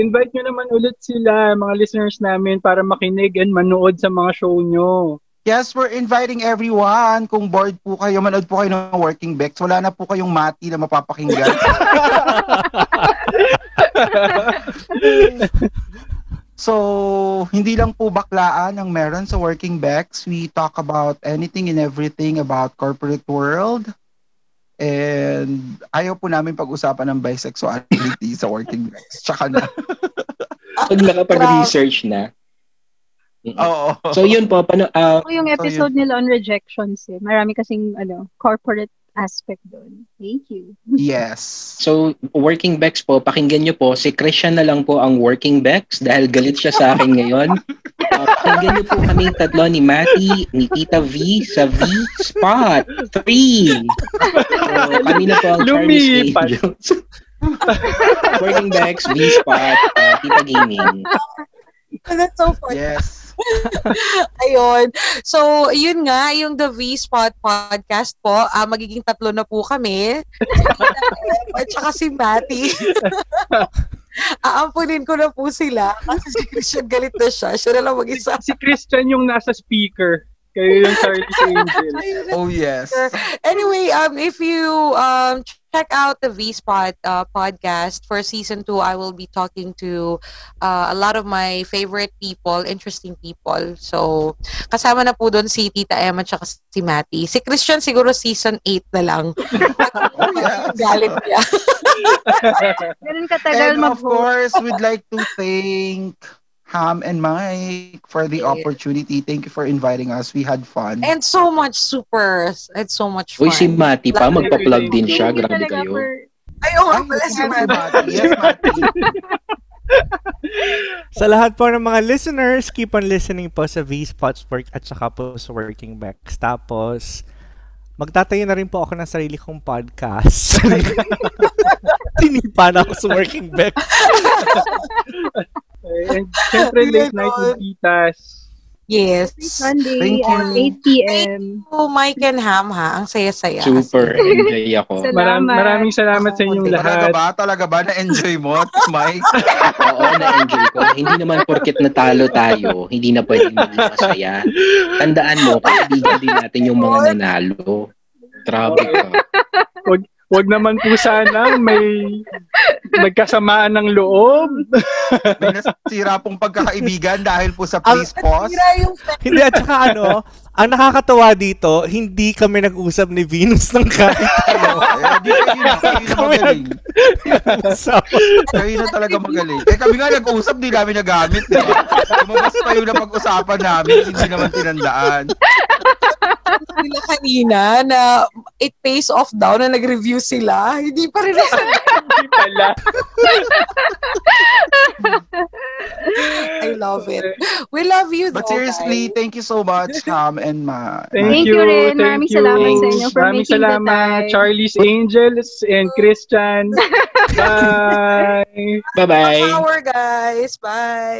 S2: invite nyo naman ulit sila, mga listeners namin, para makinig and manood sa mga show nyo.
S5: Yes, we're inviting everyone. Kung bored po kayo, manood po kayo ng Working Bex. Wala na po kayong mati na mapapakinggan. so, hindi lang po baklaan ang meron sa Working Bex. We talk about anything and everything about corporate world. And ayaw po namin pag-usapan ng bisexuality sa Working Bex. Tsaka na.
S8: Pag nakapag-research na.
S5: Oo.
S8: So yun po, pano, ah,
S1: Ako yung episode nila on rejections eh. Marami kasing ano, corporate aspect doon. Thank you.
S5: Yes.
S8: so Working Bex po, pakinggan nyo po, si Christian na lang po ang Working Bex dahil galit siya sa akin ngayon. Ah, pakinggan nyo po kaming tatlo ni Mati, ni Tita V, sa V Spot 3. So, kami na po ang Charlie's
S2: Lumipat.
S8: Angels. Working Bex, V Spot, ah, Tita Gaming.
S6: That's so funny.
S5: Yes.
S6: Ayun. So, yun nga, yung The V-Spot podcast po, ah, magiging tatlo na po kami. At saka si Matty. Aampunin ko na po sila kasi si Christian galit na siya. Siya na lang mag-isa.
S2: Si Christian yung nasa speaker. Kayo yung Charlie's Angel.
S6: Ayun.
S5: Oh, yes.
S6: Anyway, um, if you um, check out the V Spot uh, podcast for season two, I will be talking to uh, a lot of my favorite people, interesting people. So, kasama na po doon si Tita Emma at si Matty. Si Christian siguro season 8 na lang.
S5: Oh, yes.
S6: Galit niya.
S1: Ganun katagal
S5: And of
S1: mag-host.
S5: course, we'd like to thank Ham and Mike for the
S6: Yeah.
S5: opportunity. Thank you for inviting us. We had fun.
S6: And so much super. It's so much fun.
S8: Uy, si Mati pa, magpa-plug din siya.
S1: Thank you
S8: Grabe
S1: talaga
S8: kayo.
S1: for-
S6: Ay, oo nga
S5: Ay,
S6: pala si
S5: yes,
S6: Matty.
S5: Mati. Yes, Mati.
S7: Sa lahat po ng mga listeners, keep on listening po sa V-Spots Work at saka po sa Working Backs. Tapos, magtatayo na rin po ako ng sarili kong podcast. Tinipa na ako sa Working Backs.
S2: And syempre, late night with titas.
S6: Yes.
S1: Monday
S5: Thank
S1: at 8
S5: you.
S1: p.m.
S6: Oh, Mike and Ham, ha? Ang saya-saya.
S8: Super, enjoy ako.
S2: Maram,
S1: Salamat.
S2: maraming salamat sa inyong
S5: Talaga
S2: lahat.
S5: ba? Talaga ba? Na-enjoy mo, Mike?
S8: Oo, na-enjoy ko. Hindi naman porket natalo tayo, hindi na pwedeng maging masaya. Tandaan mo, kaibigan din natin yung mga nanalo. Grabe ka.
S2: Huwag naman po sana may nagkasamaan ng loob.
S5: May nasira pong pagkakaibigan dahil po sa
S7: Ang-
S5: please pause.
S6: Tira yung
S7: Hindi, at saka ano, ang nakakatawa dito, hindi kami nag-usap ni Venus ng kahit
S5: Eh, di kayo na, kayo na magaling.
S7: usap.
S5: Kayo na talaga magaling. Eh kami nga nag-usap, di namin nagamit. Di ba? Lumabas pa yun ang pag-usapan namin, hindi naman tinandaan.
S6: nila kanina na it pays off daw na nag-review sila. Hindi pa rin ako.
S2: Hindi pala.
S6: I love it. We love you
S5: But
S6: though,
S5: seriously,
S6: guys.
S5: thank you so much, Ham and Ma.
S1: Thank you rin. Maraming salamat
S5: sa
S1: inyo for
S2: Maraming
S1: making the
S2: salamat,
S1: time.
S2: Charlie's Angels and Christian. Bye!
S8: Bye-bye.
S6: Power, guys. Bye.